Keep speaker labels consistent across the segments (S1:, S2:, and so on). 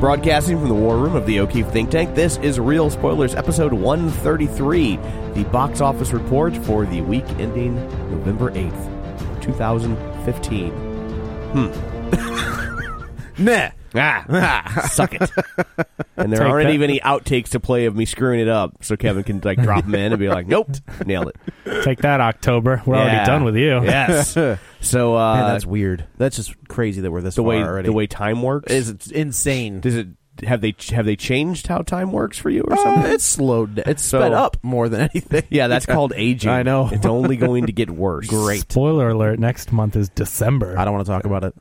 S1: Broadcasting from the war room of the O'Keefe Think Tank, this is Real Spoilers, episode 133, the box office report for the week ending November 8th, 2015. Hmm. nah. Hmm. Ah, suck it. And there aren't
S2: that.
S1: even any outtakes to play of me screwing it up, so Kevin can like drop them in and be like, "Nope, nailed it."
S2: Take that, October. We're
S1: Yeah.
S2: already done with you.
S1: Yes. So uh,
S3: Man, that's weird. That's just crazy that we're this
S1: the
S3: far
S1: way
S3: already.
S1: the way time works.
S3: is it's insane.
S1: does it have they have they changed how time works for you or
S3: Uh,
S1: something?
S3: it's slowed. down. It's
S1: So-
S3: sped up more than anything.
S1: Yeah, that's called aging.
S3: I know.
S1: It's only going to get worse. Great.
S2: Spoiler alert, next month is December.
S3: I don't want to talk about it.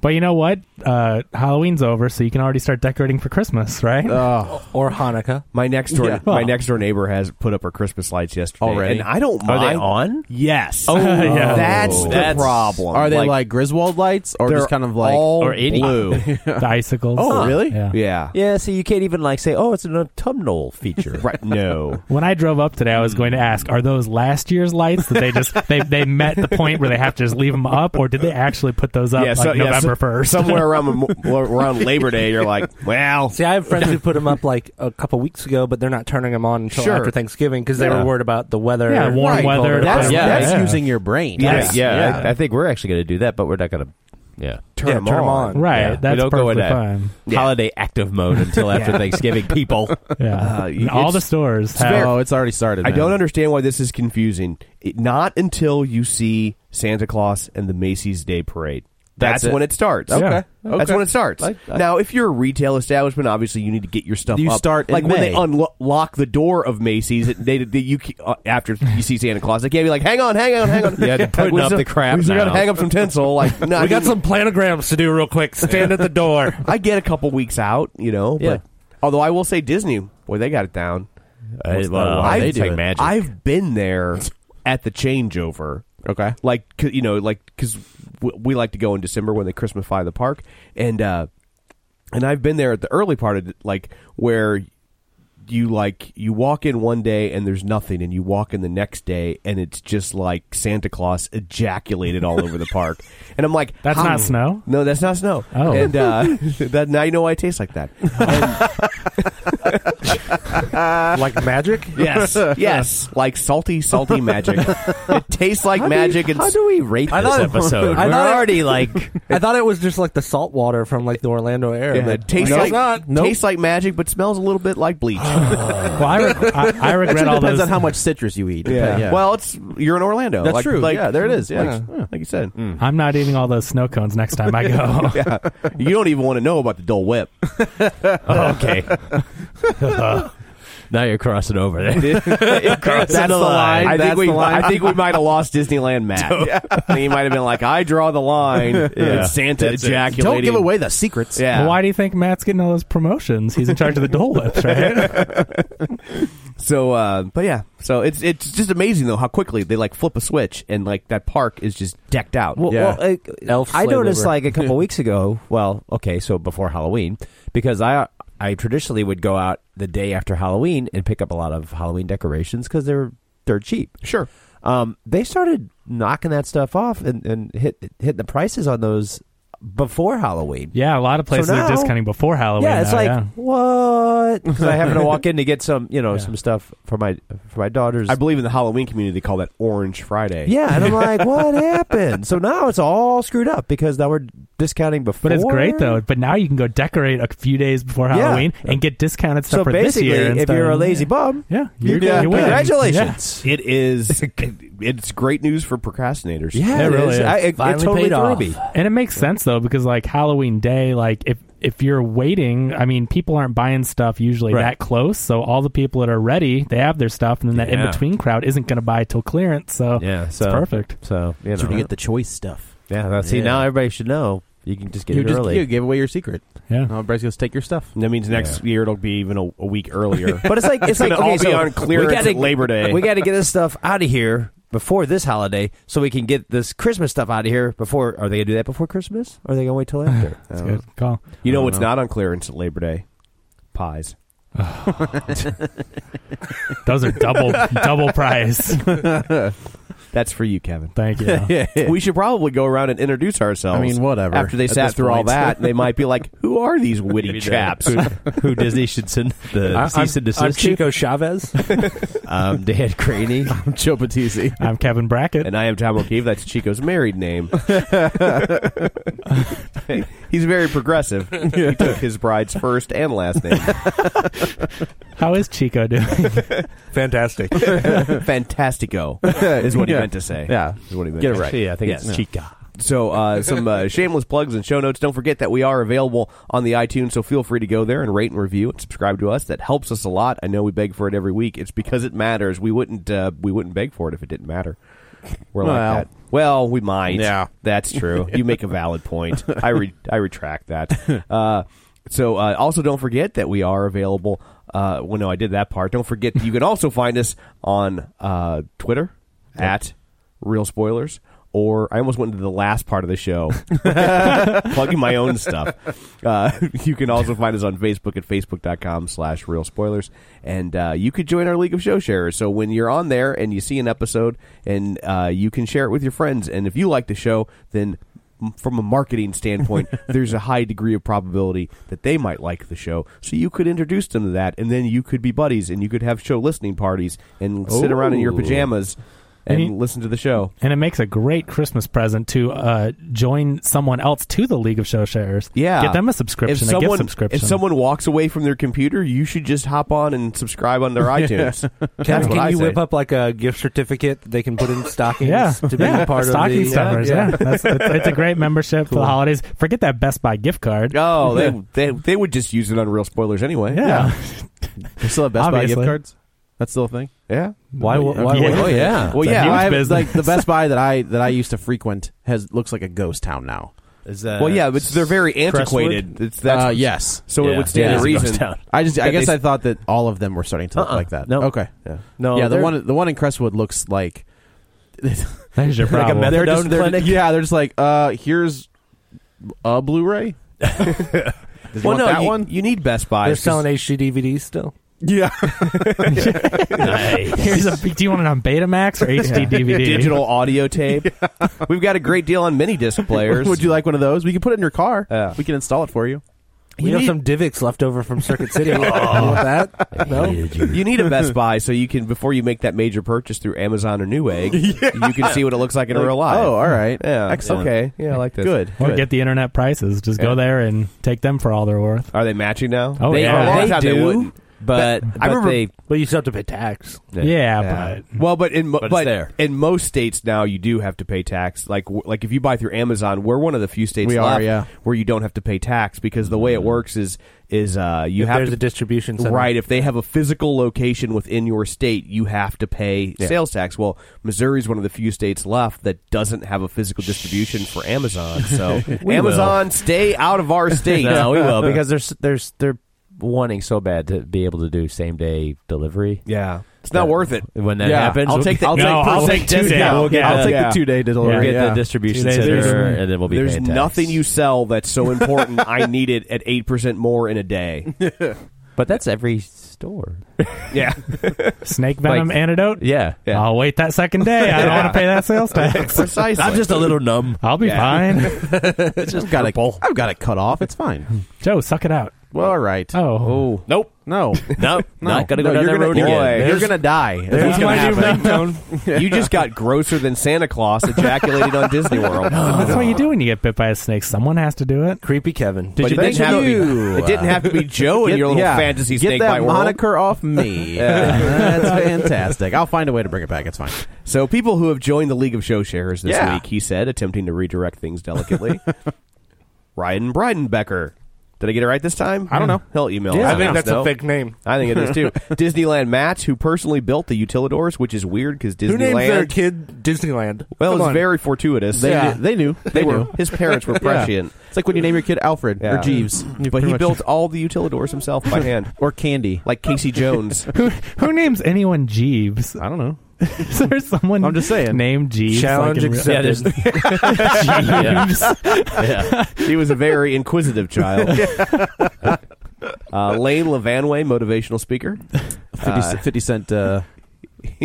S2: But you know what? Uh, Halloween's over, so you can already start decorating for Christmas, right?
S1: Uh,
S3: Or Hanukkah.
S1: My next door,
S3: Yeah.
S1: my next door neighbor has put up her Christmas lights yesterday,
S3: Already?
S1: and I don't
S3: Are
S1: mind.
S3: they on?
S1: Yes.
S3: Oh,
S2: Yeah.
S1: that's the
S3: That's-
S1: problem.
S3: Are they like, Griswold lights or
S1: they're
S3: just kind of like
S1: all
S3: or any-
S1: blue?
S2: the icicles.
S3: Oh,
S2: Huh.
S3: really?
S2: Yeah.
S1: yeah.
S3: Yeah, so you can't even like say, "Oh, it's an autumnal feature."
S1: Right. No.
S2: When I drove up today, I was
S1: Hmm.
S2: going to ask, are those last year's lights that they just they, they met the point where they have to just leave them up, or did they actually put those up
S1: yeah.
S2: like
S1: yeah,
S2: November first?
S1: somewhere around Memo- around Labor Day, you're like, well,
S4: See, I have friends who put them up like a couple weeks ago, but they're not turning them on until
S1: Sure.
S4: after Thanksgiving because they
S1: Yeah.
S4: were worried about the weather.
S2: Yeah, warm
S4: Right.
S2: weather.
S3: That's,
S2: Yeah,
S3: that's
S2: yeah.
S3: using your brain.
S1: yeah,
S3: That's-
S1: yeah, I, I think we're
S5: actually going to do that, but we're not going to. Yeah.
S1: turn
S4: Yeah,
S1: them
S4: turn 'em
S1: on.
S4: on.
S2: right.
S5: Yeah. We
S2: That's
S5: don't go
S2: perfectly
S5: in that.
S2: fine.
S5: Holiday active mode until after Thanksgiving, people.
S2: Yeah.
S1: Uh,
S2: And all
S1: it's-
S2: the stores have
S3: Oh, it's already started.
S1: I
S3: man.
S1: don't understand why this is confusing. It, not until you see Santa Claus and the Macy's Day Parade. That's,
S5: That's it.
S1: when it starts.
S2: Okay. Yeah.
S1: That's
S3: Okay.
S1: when it starts.
S3: I- I-
S1: now, if you're a retail establishment, obviously you need to get your stuff.
S3: You
S1: up.
S3: start in
S1: like when
S3: May.
S1: they unlock the door of Macy's. It, they, they- you ke- uh, after you see Santa Claus, they can't be like, "Hang on, hang on, hang on."
S5: Yeah,
S1: Like,
S5: putting
S1: we
S5: up
S1: still-
S5: the crap
S1: We still gotta
S5: now.
S1: hang up some tinsel. Like, no, I
S4: We got
S1: mean,
S4: some planograms to do real quick. Stand at the door.
S1: I get a couple weeks out, you know.
S3: Yeah.
S1: But although I will say Disney, boy, they got it down.
S5: Well, well,
S1: I've-
S5: they do it. magic.
S1: I've been there at the changeover.
S3: Okay.
S1: like 'cause, you know like because we, we like to go in december when they christmasify the park and uh and i've been there at the early part of it, like where you like you walk in one day and there's nothing and you walk in the next day and it's just like santa claus ejaculated all over the park and i'm like
S2: That's
S1: how-
S2: not snow?
S1: no that's not snow
S2: Oh.
S1: and uh that now you know why it tastes like that
S4: like magic?
S1: yes yes like salty salty magic it tastes like magic and
S5: How do we rate
S4: I
S5: this
S4: thought-
S5: episode?
S4: I
S5: we're
S4: thought it-
S5: already like.
S4: I thought it was just like the salt water from like the Orlando area.
S1: Yeah, it tastes
S4: no,
S1: like
S4: it's not. Nope.
S1: tastes like magic, but smells a little bit like bleach.
S2: well, I, reg- I, I
S3: It
S2: regret all
S3: depends
S2: those.
S3: on how much citrus you eat.
S1: Well, it's you're in Orlando.
S3: That's
S1: Like-
S3: true.
S1: Like,
S3: Yeah, there it is.
S1: Like,
S3: Yeah.
S1: like you said,
S2: I'm not eating all those snow cones next time I go.
S1: you don't even want to know about the Dole Whip.
S5: oh, okay. now you're crossing over there.
S1: That's
S5: the line.
S1: I think
S3: That's
S1: we.
S3: the line.
S1: I think we might have lost Disneyland, Matt. And he might have been like, "I draw the line."
S5: Yeah.
S1: It's Santa
S5: That's it.
S1: ejaculating.
S3: don't give away the secrets.
S1: Yeah.
S2: Well, Why do you think Matt's getting all those promotions? He's in charge of the Dole Whips, right?
S1: So, uh, but yeah. So it's it's just amazing though how quickly they like flip a switch and like that park is just decked out.
S5: Well,
S3: Yeah.
S5: well, uh,
S4: Elf
S5: I
S4: slave
S5: noticed
S4: labor.
S5: like a couple weeks ago. Well, okay, so before Halloween, because I I traditionally would go out the day after Halloween and pick up a lot of Halloween decorations because they're they're cheap.
S1: sure.
S5: Um, they started knocking that stuff off and, and hit hitting the prices on those before Halloween.
S2: yeah, a lot of places
S5: now-
S2: are discounting before Halloween.
S5: Yeah, it's
S2: now, Oh,
S5: like
S2: yeah.
S5: what? Because I happen to walk in to get some, you know,
S2: Yeah.
S5: some stuff for my for my daughters.
S1: I believe in the Halloween community they call that Orange Friday.
S5: yeah, and I'm like, what happened? So now it's all screwed up because now we're discounting before.
S2: But it's great though. But now you can go decorate a few days before Halloween and get discounted stuff
S5: So
S2: for this
S5: basically,
S2: year. and
S5: if
S2: stuff.
S5: you're a lazy bum,
S2: yeah,
S5: you're,
S2: you're, you win.
S5: congratulations.
S1: It is. it's great news for procrastinators.
S5: Yeah,
S2: It
S5: it
S2: really
S5: is.
S2: is.
S5: I, it, it
S4: Finally
S5: totally
S4: paid
S5: threw
S4: off.
S5: me.
S2: Yeah. And it makes sense though because like Halloween Day, like if if you're waiting, I mean, people aren't buying stuff usually
S5: Right.
S2: that close. So all the people that are ready, they have their stuff, and then that
S5: Yeah.
S2: in between crowd isn't going to buy till clearance. So
S5: Yeah,
S2: it's
S5: so-
S2: perfect.
S5: So you know,
S3: That's when you get the choice stuff.
S5: yeah. That's, see,
S3: Yeah.
S5: now everybody should know. You can just get
S6: You
S5: it
S6: just
S5: early.
S6: you give away your secret.
S2: Yeah.
S6: Now
S5: Oh.
S6: everybody's gonna take your stuff.
S1: That means next year it'll be even a, a week earlier.
S5: But it's like it's, like
S1: gonna
S5: okay,
S1: all be
S5: so
S1: on clearance
S5: we gotta,
S1: at Labor Day.
S5: We got to get this stuff out of here before this holiday, so we can get this Christmas stuff out of here before. Are they gonna do that before Christmas? Or are they gonna wait till after?
S2: That's good call.
S1: you
S5: I
S1: know
S5: don't
S1: what's
S5: know.
S1: not on clearance at Labor Day? Pies.
S2: Those are double double price.
S1: That's for you, Kevin.
S2: Thank you.
S1: we should probably go around and introduce ourselves.
S6: I mean, whatever.
S1: After they
S6: At
S1: sat
S6: this
S1: through all
S6: point.
S1: that, they might be like, "Who are these witty chaps?"
S5: Who Disney should send the
S4: I-
S5: cease and desist
S4: I'm
S5: to?
S4: Chico Chavez.
S5: Um, Dan Craney.
S6: Joe Patisi.
S2: I'm Kevin Brackett.
S1: and I am Tom O'Keefe. That's Chico's married name. He's very progressive. He took his bride's first and last name.
S2: How is Chico doing?
S4: Fantastic.
S1: Fantastico is what he
S6: Yeah.
S1: meant to say.
S6: Yeah.
S1: is what he meant.
S5: Get
S1: to
S5: it right.
S1: say.
S5: Yeah, I think
S1: Yes.
S5: it's Chica.
S1: So uh, some uh, shameless plugs and show notes. Don't forget that we are available on the iTunes, so feel free to go there and rate and review and subscribe to us. That helps us a lot. I know we beg for it every week. It's because it matters. We wouldn't uh, we wouldn't beg for it if it didn't matter. We're
S6: Well.
S1: like that. Well, we might.
S6: Yeah.
S1: that's true. You make a valid point. I re- I retract that. Uh, so uh, also don't forget that we are available. Uh, well, no, I did that part. Don't forget that you can also find us on uh, Twitter at Real Spoilers. Or I almost went into the last part of the show, plugging my own stuff. Uh, you can also find us on Facebook at facebook.com slash real spoilers. And uh, you could join our League of Show Sharers. So when you're on there and you see an episode and uh, you can share it with your friends. And if you like the show, then m- from a marketing standpoint, there's a high degree of probability that they might like the show. So you could introduce them to that, and then you could be buddies, and you could have show listening parties and sit around in your
S5: Ooh.
S1: pajamas and,
S2: And you-
S1: listen to the show.
S2: and it makes a great Christmas present to uh, join someone else to the League of Show Sharers.
S1: Yeah.
S2: Get them a subscription,
S1: If
S2: a gift
S1: someone,
S2: subscription.
S1: if someone walks away from their computer, you should just hop on and subscribe on their iTunes. That's
S4: can
S1: what I
S4: you whip
S1: say.
S4: up like a gift certificate that they can put in stockings
S2: yeah,
S4: to be
S2: yeah.
S4: part
S2: stocking
S4: of the uh,
S2: stuffers. Yeah, That's, it's, it's a great membership for the holidays. Forget that Best Buy gift card.
S1: Oh, they, they they would just use it on real spoilers anyway.
S2: Yeah.
S6: We still have Best Buy
S2: Obviously.
S6: gift cards. That's still a thing.
S1: yeah.
S4: Why? why- why-
S2: Yeah.
S6: Oh yeah.
S1: Well, yeah,
S6: I
S2: huge
S6: have-
S2: business.
S6: like the Best Buy that I that I used to frequent has looks like a ghost town now.
S5: Is uh, that
S1: Well, yeah, but they're very antiquated. It's that's
S6: Uh, yes.
S1: So it
S5: Yeah.
S1: would stand
S6: Yeah.
S1: to
S6: It's a
S5: ghost
S1: reason.
S5: town.
S6: I just I
S1: That
S6: guess
S1: they-
S6: I thought that all of them were starting to look
S5: Uh-uh.
S6: like that.
S5: No.
S6: Okay.
S1: Yeah.
S5: no?
S6: yeah, the
S5: they're-
S6: one the one in Crestwood looks like
S2: There's your
S5: Like a
S2: problem.
S5: method-
S6: they're just
S5: Methadone
S6: they're-
S5: clinic?
S6: yeah, they're just like uh here's a Blu-ray. Did you
S1: Well,
S6: want
S1: no,
S6: that
S1: you,
S6: one?
S1: you need Best Buy.
S4: They're selling HD DVDs still.
S6: Yeah.
S2: Here's a, do you want it on Betamax or HD DVD?
S1: digital audio tape. We've got a great deal on mini disc players.
S6: Would you like one of those? We can put it in your car.
S1: Yeah.
S6: We can install it for you.
S4: You know some Divx left over from Circuit City. You want that? No.
S1: you need a Best Buy so you can before you make that major purchase through Amazon or Newegg, you can see what it looks like in real life.
S6: Oh, all right.
S1: yeah,
S6: Excellent.
S1: Okay, yeah, I like this.
S6: Good.
S2: Or
S6: good.
S2: get the internet prices. Just go
S1: Yeah.
S2: there and take them for all they're worth.
S1: Are they matching now?
S2: Oh,
S1: they,
S2: yeah.
S1: For a long
S2: They
S1: time
S5: do.
S1: They wouldn't.
S5: but,
S1: I
S5: but
S1: remember-
S5: they
S4: But you still have to pay tax.
S2: Yeah, but
S1: well, but in mo- but,
S5: it's there.
S1: in most states now you do have to pay tax. Like w- like if you buy through Amazon, we're one of the few states
S6: We are,
S1: left
S6: yeah.
S1: where you don't have to pay tax because the way it works is is uh, you
S4: If
S1: have
S4: there's
S1: to
S4: a distribution center.
S1: Right. If they have a physical location within your state, you have to pay sales tax. Well, Missouri's one of the few states left that doesn't have a physical distribution for Amazon. So Amazon, stay out of our state.
S5: no, we will because there's there's they're wanting so bad to be able to do same day delivery.
S1: Yeah. It's not worth it.
S5: When that
S6: Yeah.
S5: happens,
S1: I'll
S5: we'll-
S1: take the-
S5: I'll
S1: No,
S5: take,
S2: I'll
S5: I'll
S2: take
S5: take
S2: two
S5: two
S2: days.
S5: We'll get,
S2: Yeah.
S5: I'll take
S1: Yeah.
S6: the two-day
S5: we'll
S6: delivery.
S5: get
S6: yeah.
S5: the distribution
S2: Two days
S5: center,
S2: later.
S5: and then we'll be
S1: There's
S5: paying tax.
S1: nothing you sell that's so important. I need it at eight percent more in a day.
S5: but that's every store.
S1: Yeah,
S2: Snake venom
S5: Like-
S2: antidote?
S5: Yeah,
S2: I'll wait that second day. I don't want to pay that sales tax.
S1: precisely.
S5: I'm just a little numb.
S2: I'll be fine.
S6: It's just got a, I've got it cut off. It's fine.
S2: Joe, suck it out.
S6: Well, all right.
S2: Oh.
S1: Ooh.
S6: Nope. No.
S5: Nope,
S6: No.
S5: not gonna go
S6: No,
S5: down
S6: you're
S5: that
S6: gonna-
S5: road
S1: boy.
S5: again.
S6: You're gonna die. That's what's gonna happen.
S1: You just got grosser than Santa Claus ejaculated on Disney World.
S2: That's what you do when you get bit by a snake. Someone has to do it.
S4: Creepy Kevin.
S1: But
S6: you
S1: it, didn't
S6: mention
S1: have to
S6: you?
S1: be, it didn't have to be Joe in
S6: Get-
S1: your little
S6: yeah.
S1: fantasy
S6: Get
S1: snake
S6: that
S1: by world.
S6: moniker off me. That's fantastic. I'll find a way to bring it back. It's fine.
S1: So people who have joined the League of Show Sharers this
S6: Yeah.
S1: week, he said, attempting to redirect things delicately. Ryan Breidenbecker, Did I get it right this time?
S6: I don't know.
S1: He'll email.
S4: I
S1: us and
S4: think
S1: let us
S4: that's a
S1: know.
S4: fake name.
S1: I think it is too. Disneyland Matt's, who personally built the utilidors, which is weird because Disneyland.
S4: Who names their kid Disneyland?
S1: well, it
S4: Come
S1: was
S4: on.
S1: very fortuitous.
S6: They, knew, they knew. They,
S1: They
S6: were.
S1: were. His parents were prescient.
S6: It's like when you name your kid Alfred
S1: Yeah.
S6: or Jeeves.
S1: But he built all the utilidors himself by hand,
S6: or Candy.
S1: like Casey Jones.
S2: Who who names anyone Jeeves?
S6: I don't know.
S2: Is there someone
S6: I'm just saying.
S2: named Jeeves?
S4: Challenge
S2: like in real-
S4: accepted.
S2: Jeeves.
S1: he was a very inquisitive child. uh, Lane Levanway, motivational speaker.
S6: 50, cent- 50 cent uh,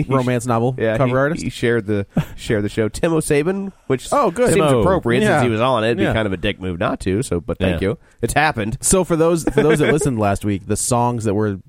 S6: romance novel
S1: Yeah,
S6: cover
S1: he,
S6: artist.
S1: He shared the shared the show. Tim O'Sabin, which
S6: Oh, good.
S1: seems
S6: Timo.
S1: appropriate
S6: Yeah.
S1: since he was on it. It'd
S6: Yeah.
S1: be kind of a dick move not to. So, but thank
S5: Yeah.
S1: you. It's happened.
S6: so for those for those that listened last week, the songs that were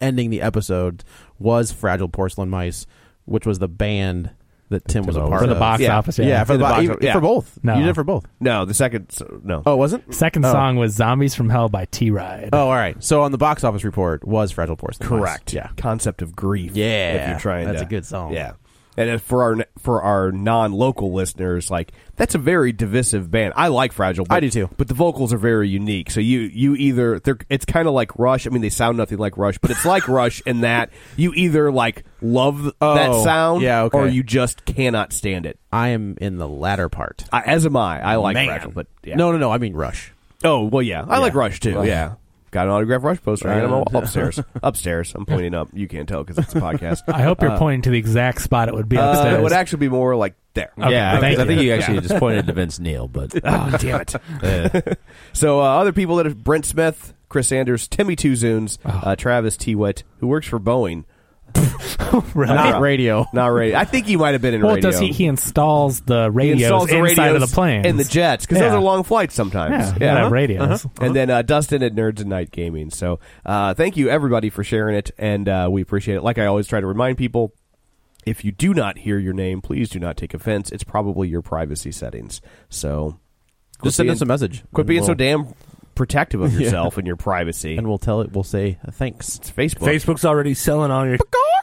S6: ending the episode was Fragile Porcelain Mice, which was the band that Tim was a
S5: Tim
S6: part
S2: For the
S6: of.
S2: box
S1: Yeah.
S2: office.
S6: yeah,
S2: Yeah.
S6: for the,
S1: The box
S6: bo-
S1: office, yeah.
S6: for both.
S2: No.
S6: You did it for both.
S1: No, the second so, no.
S6: Oh, was it?
S2: Second
S6: Oh.
S2: song was Zombies from Hell by T Ride.
S6: Oh, all right. So on the box office report was Fragile Porcelain. Mice. Yeah.
S1: Concept of grief.
S6: Yeah.
S1: If you're trying
S6: That's
S1: to-
S6: a good song.
S1: Yeah. And if for our for our non local listeners, like that's a very divisive band. I like Fragile. But,
S6: I do too.
S1: But the vocals are very unique. So you you either they're it's kind of like Rush. I mean, they sound nothing like Rush, but it's like Rush in that you either like love that
S6: Oh,
S1: sound,
S6: yeah, okay.
S1: or you just cannot stand it.
S6: I am in the latter part.
S1: I, as am I. I like
S6: Man.
S1: Fragile, but yeah.
S6: No, no, no. I mean Rush.
S1: Oh well, yeah. I like Rush too.
S6: Right.
S1: Yeah. Got an autograph Rush poster. I got 'em
S6: Right.
S2: Uh,
S1: all upstairs. upstairs. I'm pointing up. You can't tell because it's a podcast.
S2: I hope you're pointing to the exact spot it would be
S1: Uh,
S2: upstairs.
S1: it would actually be more like there.
S2: Okay,
S5: yeah,
S2: thank
S5: 'cause I think
S2: you.
S5: you actually just pointed to Vince Neil, but
S1: Oh, damn it. so, uh, other people that are Brent Smith, Chris Sanders, Timmy Two Zunes,
S2: Oh.
S1: uh, Travis Tewitt, who works for Boeing.
S2: Really?
S1: Not
S6: radio.
S1: Not radio. I think he might have been in
S2: well, it
S1: radio.
S2: does he, he installs the
S1: He
S2: radios
S1: installs the uh-huh.
S2: inside
S1: radios
S2: of the planes.
S1: and the jets because those
S2: Yeah.
S1: are long flights sometimes.
S2: Yeah, yeah, radios.
S1: And then uh, Dustin at Nerds and Night Gaming. So uh, thank you everybody for sharing it, and uh, we appreciate it. Like I always try to remind people, if you do not hear your name, please do not take offense. It's probably your privacy settings. So quit
S6: Just send
S1: being-
S6: us a message.
S1: Quit
S6: and
S1: being so
S6: we'll-
S1: damn protective of yourself and your privacy.
S6: And we'll tell it. We'll say uh, thanks.
S1: it's Facebook.
S4: Facebook's already selling all your.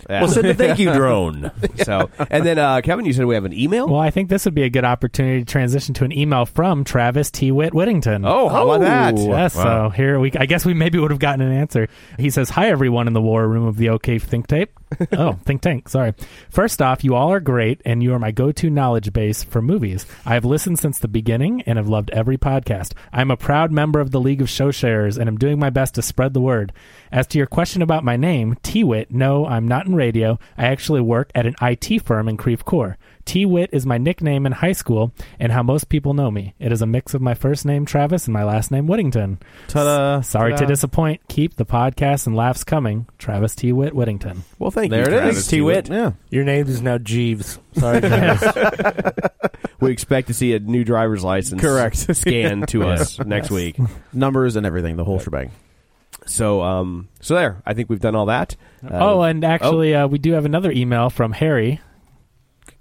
S1: Yeah.
S5: we'll send a thank you drone.
S1: so and then uh, Kevin, you said we have an email.
S2: well, I think this would be a good opportunity to transition to an email from Travis T. Witt Whittington.
S1: Oh, how about that?
S2: Yes, so here we. I guess we maybe would have gotten an answer. He says, "Hi, everyone in the war room of the OK Think Tape. oh, Think Tank. Sorry. First off, you all are great, and you are my go-to knowledge base for movies. I have listened since the beginning and have loved every podcast. I am a proud member of the League of Show Sharers, and am doing my best to spread the word. As to your question about my name, T-Wit. No, I'm not in radio. I actually work at an IT firm in Creve Coeur. T Wit is my nickname in high school and how most people know me. It is a mix of my first name Travis and my last name Whittington.
S6: Ta-da.
S2: Sorry to
S6: Ta-da.
S2: disappoint. Keep the podcast and laughs coming. Travis T Wit Whittington.
S1: Well, thank
S6: There
S1: you.
S6: it
S1: Travis
S6: is. T-Wit. Yeah.
S4: Your name is now Jeeves. Sorry, Travis.
S1: We expect to see a new driver's license
S6: Correct.
S1: scan to us next week.
S6: Numbers and everything. The whole shebang.
S1: So um so there. I think we've done all that. Uh,
S2: oh, and actually, uh, we do have another email from Harry.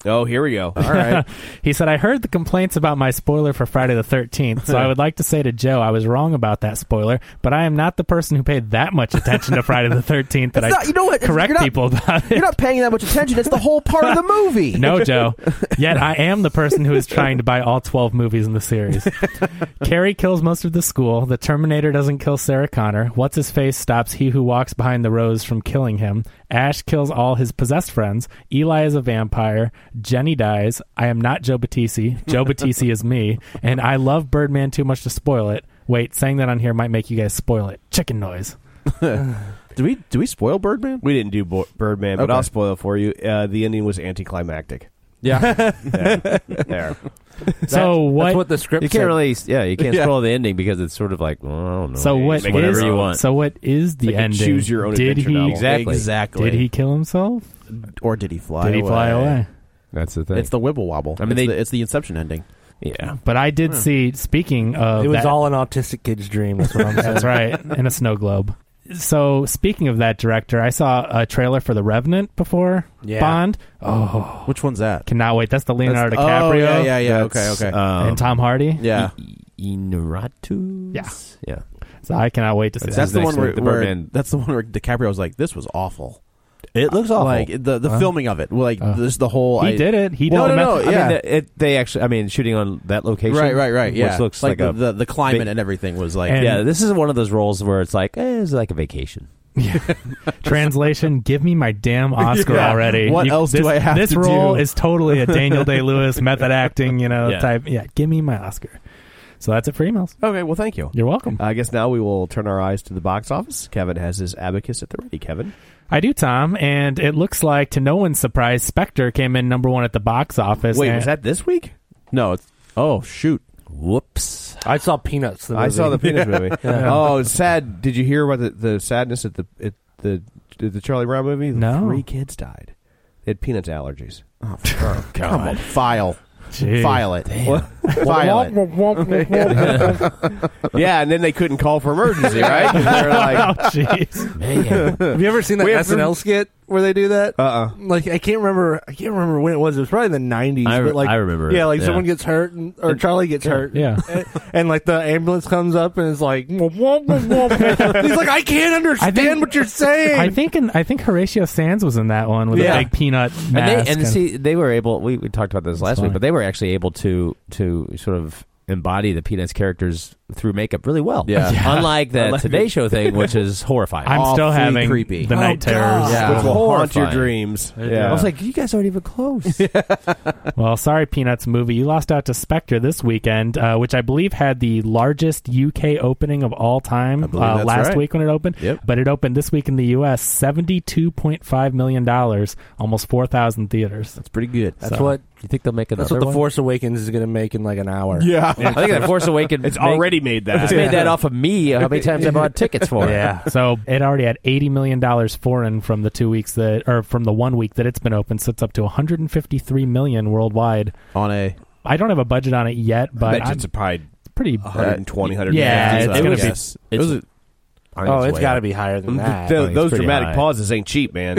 S1: oh here we go. All right.
S2: He said, I heard the complaints about my spoiler for Friday the 13th, so I would like to say to Joe, I was wrong about that spoiler, but I am not the person who paid that much attention to Friday the 13th that I
S3: not- you know what? It's-
S2: correct
S3: you're not-
S2: people about it.
S3: You're not paying that much attention. It's the whole part of the movie.
S2: No, Joe. Yet I am the person who is trying to buy all 12 movies in the series. Carrie kills most of the school. The Terminator doesn't kill Sarah Connor. What's his face stops he who walks behind the rose from killing him. Ash kills all his possessed friends. Eli is a vampire. Jenny dies. I am not Joe Battisi. Joe Battisi is me. And I love Birdman too much to spoil it. Wait, saying that on here might make you guys spoil it. Chicken noise.
S6: Do we? Do we spoil Birdman?
S1: we didn't do Bo- Birdman, but
S6: Okay.
S1: I'll spoil it for you. Uh, the ending was anticlimactic.
S6: Yeah.
S1: There.
S2: so
S4: That's
S2: what?
S4: what the script
S5: You
S4: said.
S5: can't really, yeah, you can't
S6: Yeah.
S5: spoil the ending because it's sort of like, well, I don't know.
S2: so what
S5: Make whatever
S2: is-
S5: you want.
S2: So what is the
S1: Like a
S2: ending?
S1: choose your own
S2: Did
S1: adventure
S2: he
S1: novel.
S5: Exactly.
S6: Exactly.
S2: Did he kill himself?
S6: Or did he fly?
S2: Did he fly away?
S5: That's the thing.
S6: It's the wibble wobble.
S5: I mean,
S6: it's,
S5: they-
S6: the, it's the Inception ending.
S5: yeah.
S2: But I did see. Speaking of,
S4: It was
S2: that-
S4: all an autistic kid's dream. That's what I'm saying.
S2: That's right, in a snow globe. So speaking of that director, I saw a trailer for The Revenant before
S4: Yeah.
S2: Bond.
S6: Which one's that?
S2: Cannot wait. That's the Leonardo
S6: That's-
S2: DiCaprio
S6: Oh, yeah, yeah, yeah. Okay, okay.
S1: uh,
S5: um,
S2: and Tom Hardy.
S6: yeah.
S5: Inaratu.
S2: Yeah.
S5: Yeah.
S2: So I cannot wait to see
S6: That's
S2: that.
S6: the
S5: next
S6: one where,
S5: week, the
S6: where
S5: Birdman.
S6: that's the one where DiCaprio was like, "This was awful." Uh,
S5: It looks awful.
S6: Like the the
S2: Wow.
S6: filming of it, like
S2: Oh.
S6: this the whole.
S2: He
S6: I,
S2: did it. He
S6: Well,
S2: did
S6: no,
S2: the meth-
S6: no, no, yeah.
S5: I mean, it, they actually. I mean, shooting on that location.
S6: Right, right, right. Yeah,
S5: Which looks like,
S6: the,
S5: a.
S6: the the climate
S5: big-
S6: and everything was like.
S2: And-
S5: yeah, this is one of those roles where it's like eh, it's like a vacation.
S2: Translation: Give me my damn Oscar
S6: Yeah.
S2: already.
S6: What else do
S2: this,
S6: I have
S2: This
S6: to
S2: role
S6: do?
S2: is totally a Daniel Day Lewis method acting, you know,
S5: Yeah.
S2: type. Yeah, give me my Oscar. So that's it for emails.
S1: Okay, well, thank you.
S2: You're welcome.
S1: I guess now we will turn our eyes to the box office. Kevin has his abacus at the ready. Kevin,
S2: I do, Tom, and it looks like to no one's surprise, Spectre came in number one at the box office.
S1: wait,
S2: and-
S1: was that this week?
S6: No, it's oh shoot.
S5: Whoops.
S4: I saw Peanuts. The movie.
S1: I saw the penis movie. Oh, sad. Did you hear about the, the sadness at the at the at the Charlie Brown movie?
S2: No.
S1: three kids died. They had peanuts allergies.
S6: Oh, Come on, file,
S2: Jeez.
S6: file it, file it.
S1: yeah, and then they couldn't call for emergency, right? 'Cause They're like,
S2: Oh, jeez.
S4: Have you ever seen that
S1: We have-
S4: SNL skit where they do that?
S1: uh,
S4: like I can't remember. I can't remember when it was. It was probably the nineties.
S5: I re-
S4: but like
S5: I remember it,
S4: Yeah, like
S5: yeah.
S4: someone gets hurt and, or Charlie gets hurt.
S2: Yeah.
S4: and, and, like the ambulance comes up and is like, "Womp, womp, womp, womp." he's like, I can't understand
S2: think-
S4: what you're saying.
S2: I think in, I think Horatio Sands was in that one with
S4: Yeah.
S2: a big peanut mask.
S5: and they, and
S2: of-
S5: see, they were able. We, we talked about this last
S2: funny.
S5: week, but they were actually able to to sort of embody the Peanuts characters through makeup really well.
S6: Yeah.
S5: Unlike the Today Show thing, which is horrifying.
S2: I'm still
S6: awfully
S2: having
S6: creepy.
S2: the
S6: Oh,
S2: night terrors.
S6: Yeah.
S1: which will haunt your
S5: Horrifying.
S1: dreams.
S5: I
S1: Yeah.
S5: was like, you guys aren't even close.
S2: Well, sorry, Peanuts movie. You lost out to Spectre this weekend, uh, which I believe had the largest UK opening of all time
S6: I believe
S2: uh,
S6: that's
S2: last
S6: right.
S2: week when it opened.
S6: Yep.
S2: But it opened this week in the U.S. $72.5 million, almost 4,000 theaters.
S6: That's pretty good.
S4: that's
S2: so.
S4: what
S5: You think they'll make another
S4: that's what the
S5: one?
S4: Force Awakens is going to make in like an hour.
S6: Yeah,
S5: I think that Force Awakens.
S1: it's already made that.
S5: It's made that off of me. uh, How many times I bought tickets for?
S4: Yeah.
S2: So it already had eighty million dollars foreign from the two weeks that, or from the one week that it's been open. So it's up to one hundred and fifty-three million worldwide.
S6: on a
S2: I don't have a budget on it yet,
S1: I
S2: but
S1: bet you
S2: I'm
S1: it's probably
S2: pretty.
S1: 120,
S2: yeah, it's
S6: I
S2: gonna
S6: would
S2: be-
S6: guess. It was a-
S4: Oh, it's got to be higher than that.
S1: Th-
S5: it's
S1: those
S5: pretty
S1: dramatic
S5: high.
S1: pauses ain't cheap, man.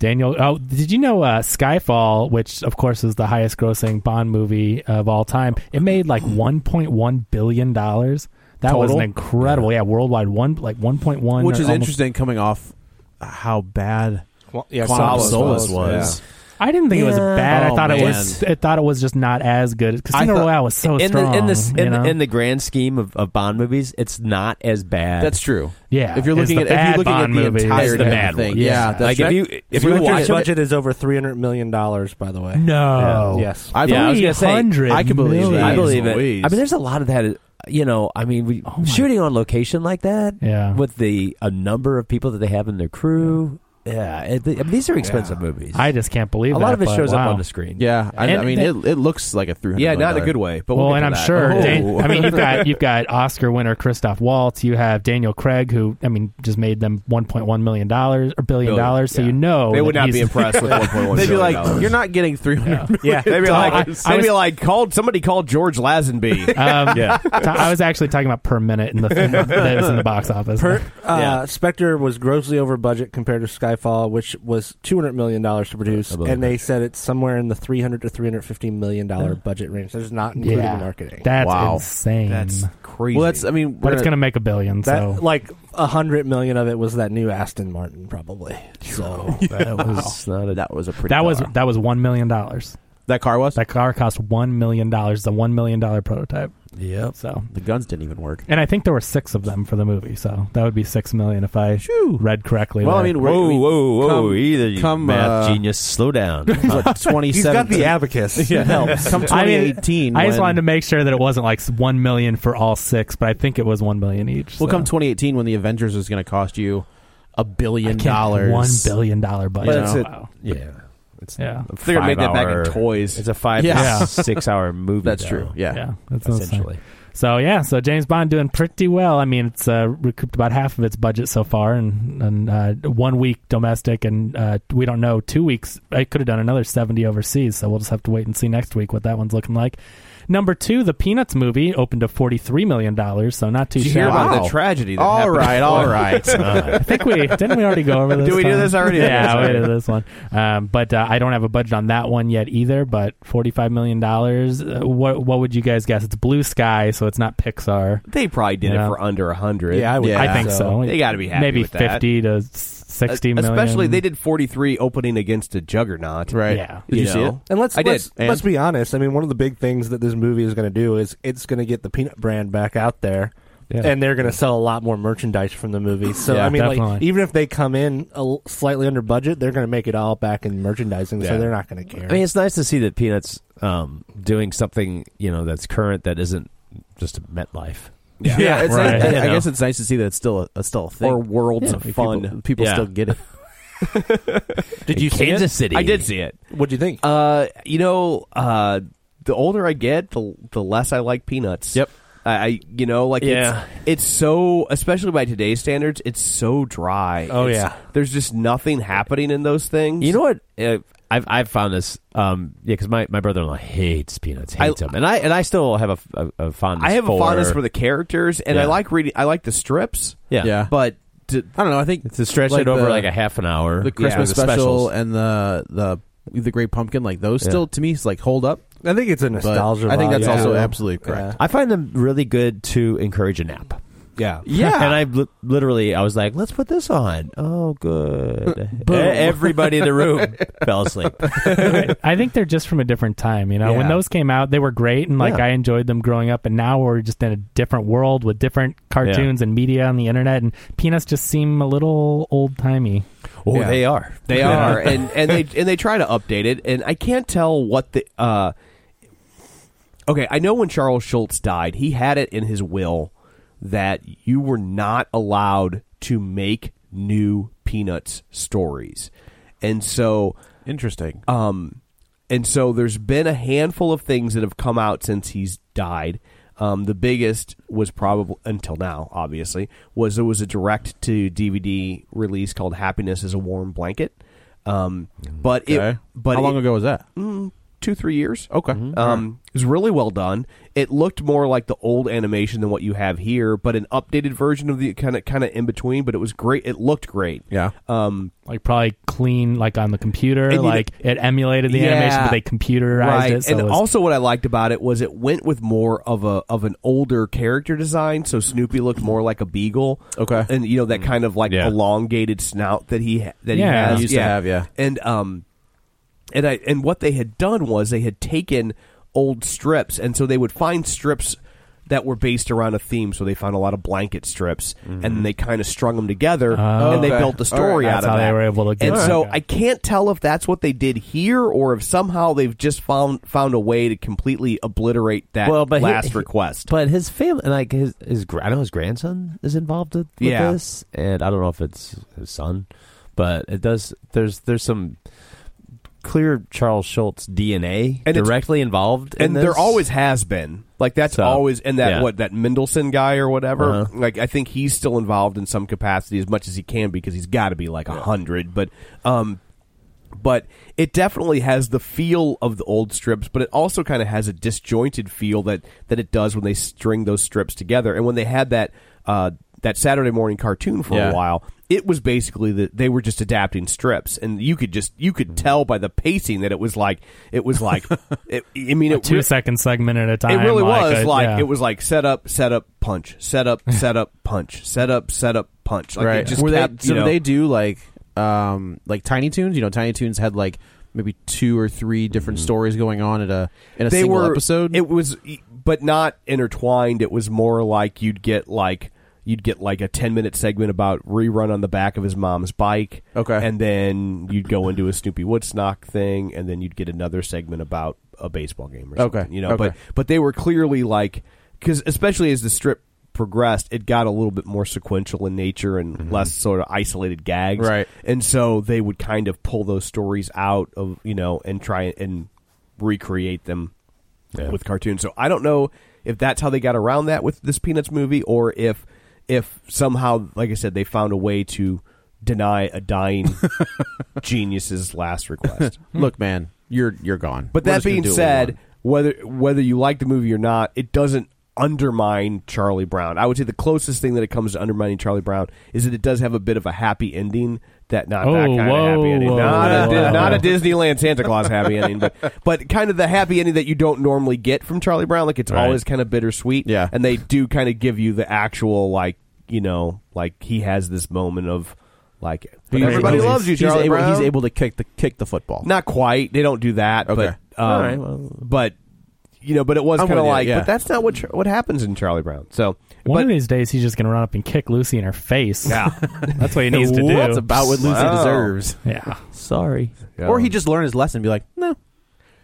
S2: Daniel, oh, did you know uh, Skyfall, which of course is the highest-grossing Bond movie of all time, it made like
S5: Hmm.
S2: one point one billion dollars. That was an
S6: Total?
S2: incredible, yeah, worldwide one like one point one,
S6: which is interesting coming off how bad
S4: Well, yeah,
S6: Quantum of Solace
S4: Solace,
S6: was.
S2: I didn't think it was
S5: Yeah.
S2: bad. I
S6: Oh,
S2: thought it
S6: man.
S2: was. I thought it was just not as good. Casino
S5: I thought-
S2: Royale was so
S5: in
S2: strong.
S5: the in the,
S2: you
S5: in,
S2: know?
S5: the, in the grand scheme of, of Bond movies, it's not as bad.
S6: That's true.
S2: Yeah,
S6: If you're
S2: it's
S6: looking
S2: the
S6: at if
S2: bad
S6: you're looking
S2: Bond
S6: at the
S2: movie.
S6: entire
S5: It's the bad
S6: thing,
S5: one.
S6: yeah, that's
S5: like
S6: right.
S5: if you if you
S4: Spectre's
S5: watch it,
S4: budget is over three hundred million dollars, by the way.
S2: No.
S4: Yes.
S6: I
S5: Yeah, I was gonna say,
S2: 300
S6: I can believe
S2: million.
S6: that.
S5: I believe it.
S6: Louise.
S5: I mean, there's a lot of that. You know, I mean, we,
S2: my-
S5: shooting on location like that,
S2: Yeah.
S5: with the a number of people that they have in their crew, yeah. it- I mean, these are expensive movies.
S2: I just can't believe
S5: a lot
S2: that,
S5: of it
S2: but
S5: shows
S2: wow.
S5: up on the screen.
S6: yeah, I,
S2: And
S6: I mean,
S2: they-
S6: it, it looks like a three hundred.
S1: Yeah, not in a good way. But we'll,
S2: well,
S1: get
S2: and
S1: to
S2: I'm
S1: that.
S2: sure.
S1: Oh.
S2: Dan- I mean, you've got you've got Oscar winner Christoph Waltz. You have Daniel Craig, who I mean, just made them 1.1 million dollars or billion
S1: Billion,
S2: dollars. So
S1: yeah.
S2: you know
S1: they
S2: that
S1: would not be
S2: he's-
S1: impressed with 1.1.
S6: They'd be like,
S1: dollars.
S6: "You're not getting three hundred.
S4: Yeah.
S1: They'd be like,
S2: I- I
S1: they'd be
S2: was-
S1: like, called somebody called George Lazenby.
S2: Um,
S1: Yeah.
S2: t- I was actually talking about per minute in the thing that was in the box office.
S4: Per, uh,
S1: Yeah.
S4: Spectre was grossly over budget compared to Skyfall, which was two hundred million dollars to produce,
S5: believe
S4: and they said it's somewhere in the three hundred to three hundred fifty million dollar budget range. That's not including
S2: Yeah.
S4: marketing.
S2: That's
S6: Wow.
S2: insane.
S1: That's crazy.
S6: Well, that's. I mean,
S2: but it's
S6: we're-
S2: gonna make a billion.
S4: That-
S2: so
S4: like a hundred million of it was that new Aston Martin, probably. So
S5: that was not a,
S6: that was a pretty.
S2: that was
S6: car.
S2: that was one million dollars.
S6: that car was.
S2: That car cost one million dollars. The one million dollar prototype.
S5: yep.
S2: So
S6: The guns didn't even work.
S2: And I think there were six of them for the movie, so that would be six million if I read correctly.
S6: Well, I
S2: there.
S6: mean, we're,
S5: Whoa,
S6: we-
S5: whoa, whoa!
S6: come-
S5: either you
S6: come,
S5: math
S6: uh,
S5: genius, slow down.
S6: like twenty
S4: he's got the abacus.
S6: yeah. Come
S2: I mean,
S6: 2018.
S2: I just
S6: when-
S2: wanted to make sure that it wasn't like one million for all six, but I think it was one million each.
S6: We'll
S2: so.
S6: come 2018 when the Avengers is going to cost you a billion
S2: Can't-
S6: dollars.
S2: one billion dollar budget. Oh,
S6: But it's
S1: a-
S2: Wow.
S5: yeah, it's
S2: Yeah.
S1: they're gonna make that back in
S5: five-hour-
S1: toys.
S5: It's a five
S6: Yeah.
S5: to six hour movie.
S6: That's
S5: though,
S6: true.
S2: yeah,
S6: Yeah.
S2: that's insane.
S5: Essentially,
S2: So yeah, so James Bond doing pretty well. I mean, it's uh, recouped about half of its budget so far, and and uh, one week domestic, and uh, we don't know two weeks. I could have done another seventy overseas, so we'll just have to wait and see next week what that one's looking like. Number two, the Peanuts movie opened to forty three million dollars, so not too
S1: Did you hear
S2: shabby.
S1: about
S6: Wow.
S1: the tragedy? That
S6: All
S1: happened?
S6: right, all right.
S2: I think we didn't we already go over this.
S1: Did we do
S2: Tom?
S1: this already?
S2: Yeah, we did this one. Um, but uh, I don't have a budget on that one yet either. But forty-five million dollars. Uh, what what would you guys guess? It's Blue Sky, so it's not Pixar.
S1: They probably did
S2: Yeah.
S1: it for under a hundred.
S4: Yeah, I would.
S6: Yeah.
S2: I think so.
S1: They gotta be happy
S2: maybe
S1: with that.
S2: fifty to s- Sixty million.
S1: Especially they did 43 opening against a juggernaut.
S6: Right.
S2: Yeah.
S1: Did you,
S6: You
S1: see it?
S6: know.
S4: And let's
S1: I did.
S4: let's, let's be honest. I mean, one of the big things that this movie is going to do is it's going to get the peanut brand back out there,
S2: Yeah.
S4: and they're going to sell a lot more merchandise from the movie. So
S2: Yeah,
S4: I mean, like
S2: definitely.
S4: even if they come in a l- slightly under budget, they're going to make it all back in merchandising. So
S5: Yeah.
S4: they're not going to care.
S5: I mean, it's nice to see that Peanuts um, doing something you know that's current that isn't just MetLife.
S1: Yeah.
S6: it's
S2: Right.
S6: nice- I, I
S5: You know.
S6: guess it's nice to see that it's still a, it's still a thing.
S1: Or worlds
S6: Yeah,
S1: of
S6: people-
S1: fun.
S6: People,
S5: Yeah.
S6: still get it.
S4: Did you see
S5: Kansas
S4: it?
S5: City.
S1: I did see it.
S4: What do you think?
S1: Uh, you know, uh, the older I get, the the less I like peanuts.
S5: Yep.
S1: I, I you know, like
S5: Yeah.
S1: it's, it's so especially by today's standards, it's so dry.
S4: Oh,
S1: It's-
S4: yeah.
S1: there's just nothing happening in those things.
S5: You know what? Uh, I've I've found this. Um, yeah, because my, my brother in law hates Peanuts,
S1: I-
S5: hates them, and I and I still have a, a, a fondness.
S1: I have a
S5: for,
S1: fondness for the characters, and I
S5: Yeah.
S1: like reading. I like the strips.
S5: yeah.
S6: Yeah.
S1: but d-
S6: I don't know. I think
S5: To stretch
S6: Like
S5: it over
S6: the-
S5: like a half an hour,
S6: the Christmas
S5: Yeah, the
S6: special
S5: specials.
S6: and the the the Great Pumpkin, like those,
S5: Yeah.
S6: still to me, is like hold up.
S4: I think it's a
S6: But
S4: nostalgia.
S6: I think
S4: vibe
S6: that's
S4: to
S6: also
S4: it.
S6: absolutely correct.
S5: I find them really good to encourage a nap.
S1: yeah,
S6: Yeah.
S5: and I li- literally I was like, let's put this on. Oh, good.
S6: Boom.
S5: E- Everybody in the room fell asleep.
S2: I think they're just from a different time. You know, when
S5: Yeah.
S2: those came out, they were great, and like
S5: Yeah.
S2: I enjoyed them growing up. And now we're just in a different world with different cartoons and media on the internet, and peanuts just seem a little old timey.
S5: Oh,
S6: Yeah.
S5: they are.
S1: They are, and and they and they try to update it, and I can't tell what the. Uh, okay, I know when Charles Schultz died, he had it in his will that you were not allowed to make new Peanuts stories, and so
S6: Interesting.
S2: Uh,
S1: um, and so there's been a handful of things that have come out since he's died. Um, the biggest was probably until now, obviously, was there was a direct to DVD release called "Happiness Is a Warm Blanket," um, but it,
S6: Okay.
S1: but
S6: how
S1: it-
S6: long ago was that?
S1: two three years.
S6: Okay.
S1: Um, it was really well done. It looked more like the old animation than what you have here, but an updated version of the kind of kind of in between. But it was great. It looked great.
S6: Yeah.
S1: Um,
S2: Like probably clean, like on the computer,
S1: And you-
S2: like it emulated the
S1: Yeah.
S2: animation, but they computerized
S1: right.
S2: it. So
S1: and
S2: it was-
S1: also, what I liked about it was it went with more of a of an older character design. So Snoopy looked more like a beagle.
S6: Okay.
S1: and you know that kind of like
S5: Yeah.
S1: elongated snout that he ha- that
S2: Yeah.
S1: he has.
S6: He used to have, yeah.
S1: and um, and I and what they had done was they had taken old strips, and so they would find strips. That were based around a theme, so they found a lot of blanket strips, and they kind of strung them together, and they
S6: Okay.
S1: built the story
S2: Mm-hmm. Oh, All right.
S1: out
S2: That's
S1: of
S2: how
S1: that.
S2: they were able to get
S1: and
S2: it.
S1: so
S2: Okay.
S1: I can't tell if that's what they did here or if somehow they've just found found a way to completely obliterate that
S5: Well, but he-
S1: last
S5: he-
S1: request.
S5: But his family, like his his, gra- I know his grandson is involved with, with
S1: Yeah.
S5: this, and I don't know if it's his son, but it does. There's there's some clear Charles Schultz DNA
S1: And it's-
S5: directly involved, in
S1: and there
S5: this.
S1: always has been like that's
S5: So,
S1: always and that
S5: yeah.
S1: what that Mendelson guy or whatever
S5: Uh-huh.
S1: like I think he's still involved in some capacity as much as he can because he's got to be like a hundred but um but it definitely has the feel of the old strips but it also kind of has a disjointed feel that that it does when they string those strips together and when they had that uh that Saturday morning cartoon for
S6: Yeah.
S1: a while it was basically that they were just adapting strips and you could just you could tell by the pacing that it was like it was like it, I mean it
S2: two
S1: re-
S2: second segment at a
S1: it
S2: time.
S1: really was
S2: a-
S1: like
S2: yeah.
S1: it was like set up, set up, punch, set up, set up, punch, set up, set up, punch. Like
S6: right.
S1: it just
S6: Were
S1: kept,
S6: they, so
S1: you know,
S6: did they do like um like Tiny Toons? You know, Tiny Toons had like maybe two or three different stories going on at a in a
S1: they
S6: single
S1: were
S6: episode.
S1: It was, but not intertwined. It was more like you'd get like you'd get like a ten minute segment about rerun on the back of his mom's bike.
S6: Okay.
S1: and then you'd go into a Snoopy Woodstock thing, and then you'd get another segment about a baseball game or
S6: Okay,
S1: something. You know,
S6: okay.
S1: but but they were clearly like because especially as the strip progressed it got a little bit more sequential in nature and less sort of isolated gags
S6: Right.
S1: and so they would kind of pull those stories out of you know and try and recreate them with cartoons. So I don't know if that's how they got around that with this Peanuts movie, or if if somehow, like I said, they found a way to deny a dying genius's last request.
S6: Look, man, you're you're gone.
S1: But
S6: We're
S1: that
S6: just gonna
S1: being
S6: do what we
S1: said,
S6: want.
S1: whether whether you like the movie or not, it doesn't undermine Charlie Brown. I would say the closest thing that it comes to undermining Charlie Brown is that it does have a bit of a happy ending. That not that
S2: Oh,
S1: kind
S2: whoa,
S1: of happy ending,
S2: whoa,
S1: not, a,
S2: whoa,
S1: Di-
S2: whoa.
S1: not a Disneyland Santa Claus happy ending, but but kind of the happy ending that you don't normally get from Charlie Brown. Like it's always kind of bittersweet,
S6: Yeah.
S1: And they do kind of give you the actual like you know like he has this moment of like it.
S6: But
S1: But everybody
S6: he's-
S1: loves you,
S6: he's
S1: Charlie
S6: able,
S1: Brown.
S6: He's able to kick the kick the football.
S1: Not quite. They don't do that.
S6: Okay.
S1: But, um,
S6: All right,
S1: but you know, but it was
S6: I'm
S1: kind of
S6: with you,
S1: like,
S6: yeah.
S1: but that's not what Char- what happens in Charlie Brown. So,
S2: One
S1: but
S2: of these days, he's just going to run up and kick Lucy in her face.
S1: yeah,
S2: That's what he needs to do.
S6: That's about what Lucy
S1: Wow.
S6: deserves.
S2: yeah.
S5: Sorry.
S6: Or he just learned his lesson and be like, no,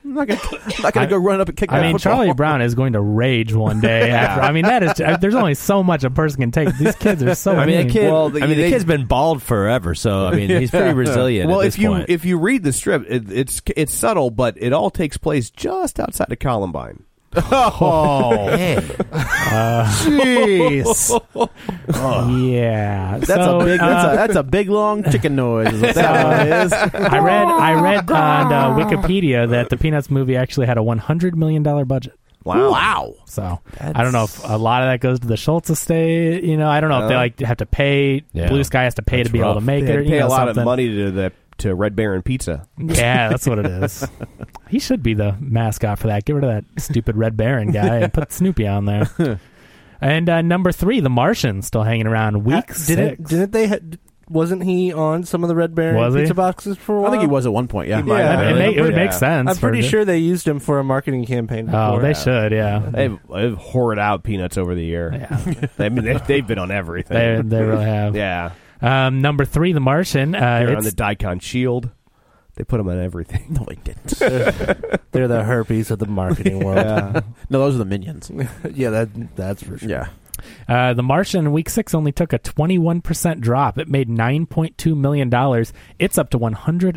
S6: I'm not gonna, I'm not gonna
S2: I-
S6: go run up and kick.
S2: I
S6: that
S2: mean,
S6: football.
S2: Charlie Brown is going to rage one day. After I mean, that is there's only so much a person can take. These kids are so.
S5: I mean,
S2: mean.
S5: the kid.
S1: Well, the-
S5: I mean, the
S1: they-
S5: kid's been bald forever, so I mean, he's pretty resilient.
S1: Well,
S5: at
S1: if
S5: this
S1: you
S5: point.
S1: if you read the strip, it, it's it's subtle, but it all takes place just outside of Columbine.
S5: oh,
S6: Jeez,
S2: yeah.
S6: that's
S2: so,
S6: a big,
S2: uh,
S6: that's, a, that's a big long chicken noise. Is what that one is.
S2: I read I read on uh, Wikipedia that the Peanuts movie actually had a 100 million dollar budget.
S1: Wow, wow.
S2: So I don't know if a lot of that goes to the Schultz estate. You know, I don't know if they
S1: Uh,
S2: like have to pay.
S5: Yeah.
S2: Blue Sky has to pay to
S5: That's
S2: be able
S5: rough.
S2: to make
S1: They
S2: it.
S1: had
S2: Or,
S1: to
S2: you
S1: pay
S2: know,
S1: a lot
S2: something.
S1: of money to the to Red Baron Pizza.
S2: Yeah, that's what it is. he should be the mascot for that. Get rid of that stupid Red Baron guy and put Snoopy on there. and uh, number three, The Martian, still hanging around. Week
S4: Uh,
S2: six.
S4: Didn't, didn't they? Ha- wasn't he on some of the Red Baron
S2: Was he?
S4: pizza boxes for a while?
S6: I think he was at one point.
S1: He
S6: Yeah,
S1: might have
S2: it,
S1: been.
S2: make, it would make
S1: Yeah.
S2: sense.
S4: I'm
S2: for
S4: pretty
S2: the-
S4: sure they used him for a marketing campaign.
S2: Oh,
S4: Before.
S2: they should. Yeah,
S1: They've, they've hoarded out peanuts over the year. I mean, they've, they've been on everything.
S2: they they really have.
S1: yeah,
S2: Um, number three, The Martian. Uh,
S1: they're on the
S2: it's-
S1: Daikon shield. They put them on everything.
S6: no, he didn't.
S4: They're the herpes of the marketing world. yeah.
S6: No, those are the minions.
S4: that that's for sure.
S6: Yeah,
S2: Uh, the Martian in week six only took a 21% drop. It made $9.2 million. It's up to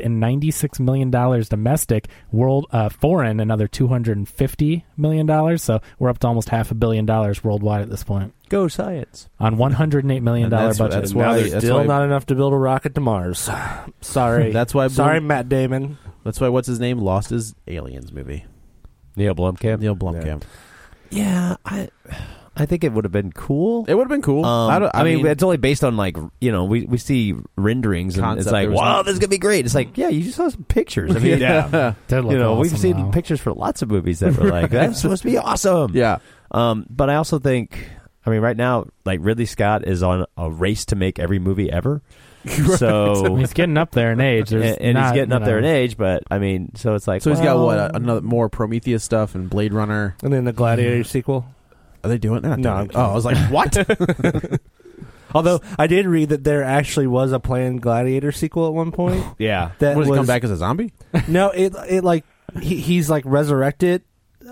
S2: $196 million domestic, world uh, foreign, another $250 million. So we're up to almost half a billion dollars worldwide at this point
S5: go science.
S2: on $108 million
S6: And that's-
S2: budget.
S6: that's
S4: Now
S6: why-
S4: there's
S6: that's
S4: still
S6: why-
S4: not enough to build a rocket to Mars. Sorry.
S6: That's why Blue-
S4: Sorry, Matt Damon.
S6: that's why. What's his name? Lost his aliens movie.
S5: Neil Blomkamp.
S6: Neil Blomkamp.
S5: Yeah, I, I think it would have been cool.
S6: It would have been cool.
S5: Um,
S6: I, don't, I, mean,
S5: it's only based on like you know we, we see renderings and it's
S6: Concept
S5: like
S6: or something.
S5: wow this is gonna be great. It's like yeah you just saw some pictures. I mean
S1: Yeah.
S2: That looked
S5: you know we've
S2: awesome,
S5: seen
S2: though.
S5: pictures for lots of movies that were like that's supposed to be awesome.
S6: yeah.
S5: Um, but I also think I mean right now like Ridley Scott is on a race to make every movie ever. So
S2: He's getting up there in age.
S5: and,
S2: There's
S5: and he's
S2: not,
S5: getting
S2: you
S5: up there in
S2: know-
S5: age, but I mean so it's like
S6: So he's got
S5: well,
S6: what uh, another more Prometheus stuff and Blade Runner.
S4: And then the Gladiator sequel.
S6: Are they doing that?
S4: No, I'm
S6: oh, I was like, what?
S4: Although I did read that there actually was a planned Gladiator sequel at one point.
S1: Yeah,
S4: That
S6: what, does he
S4: was
S6: come back as a zombie?
S4: no, it it like he, he's like resurrected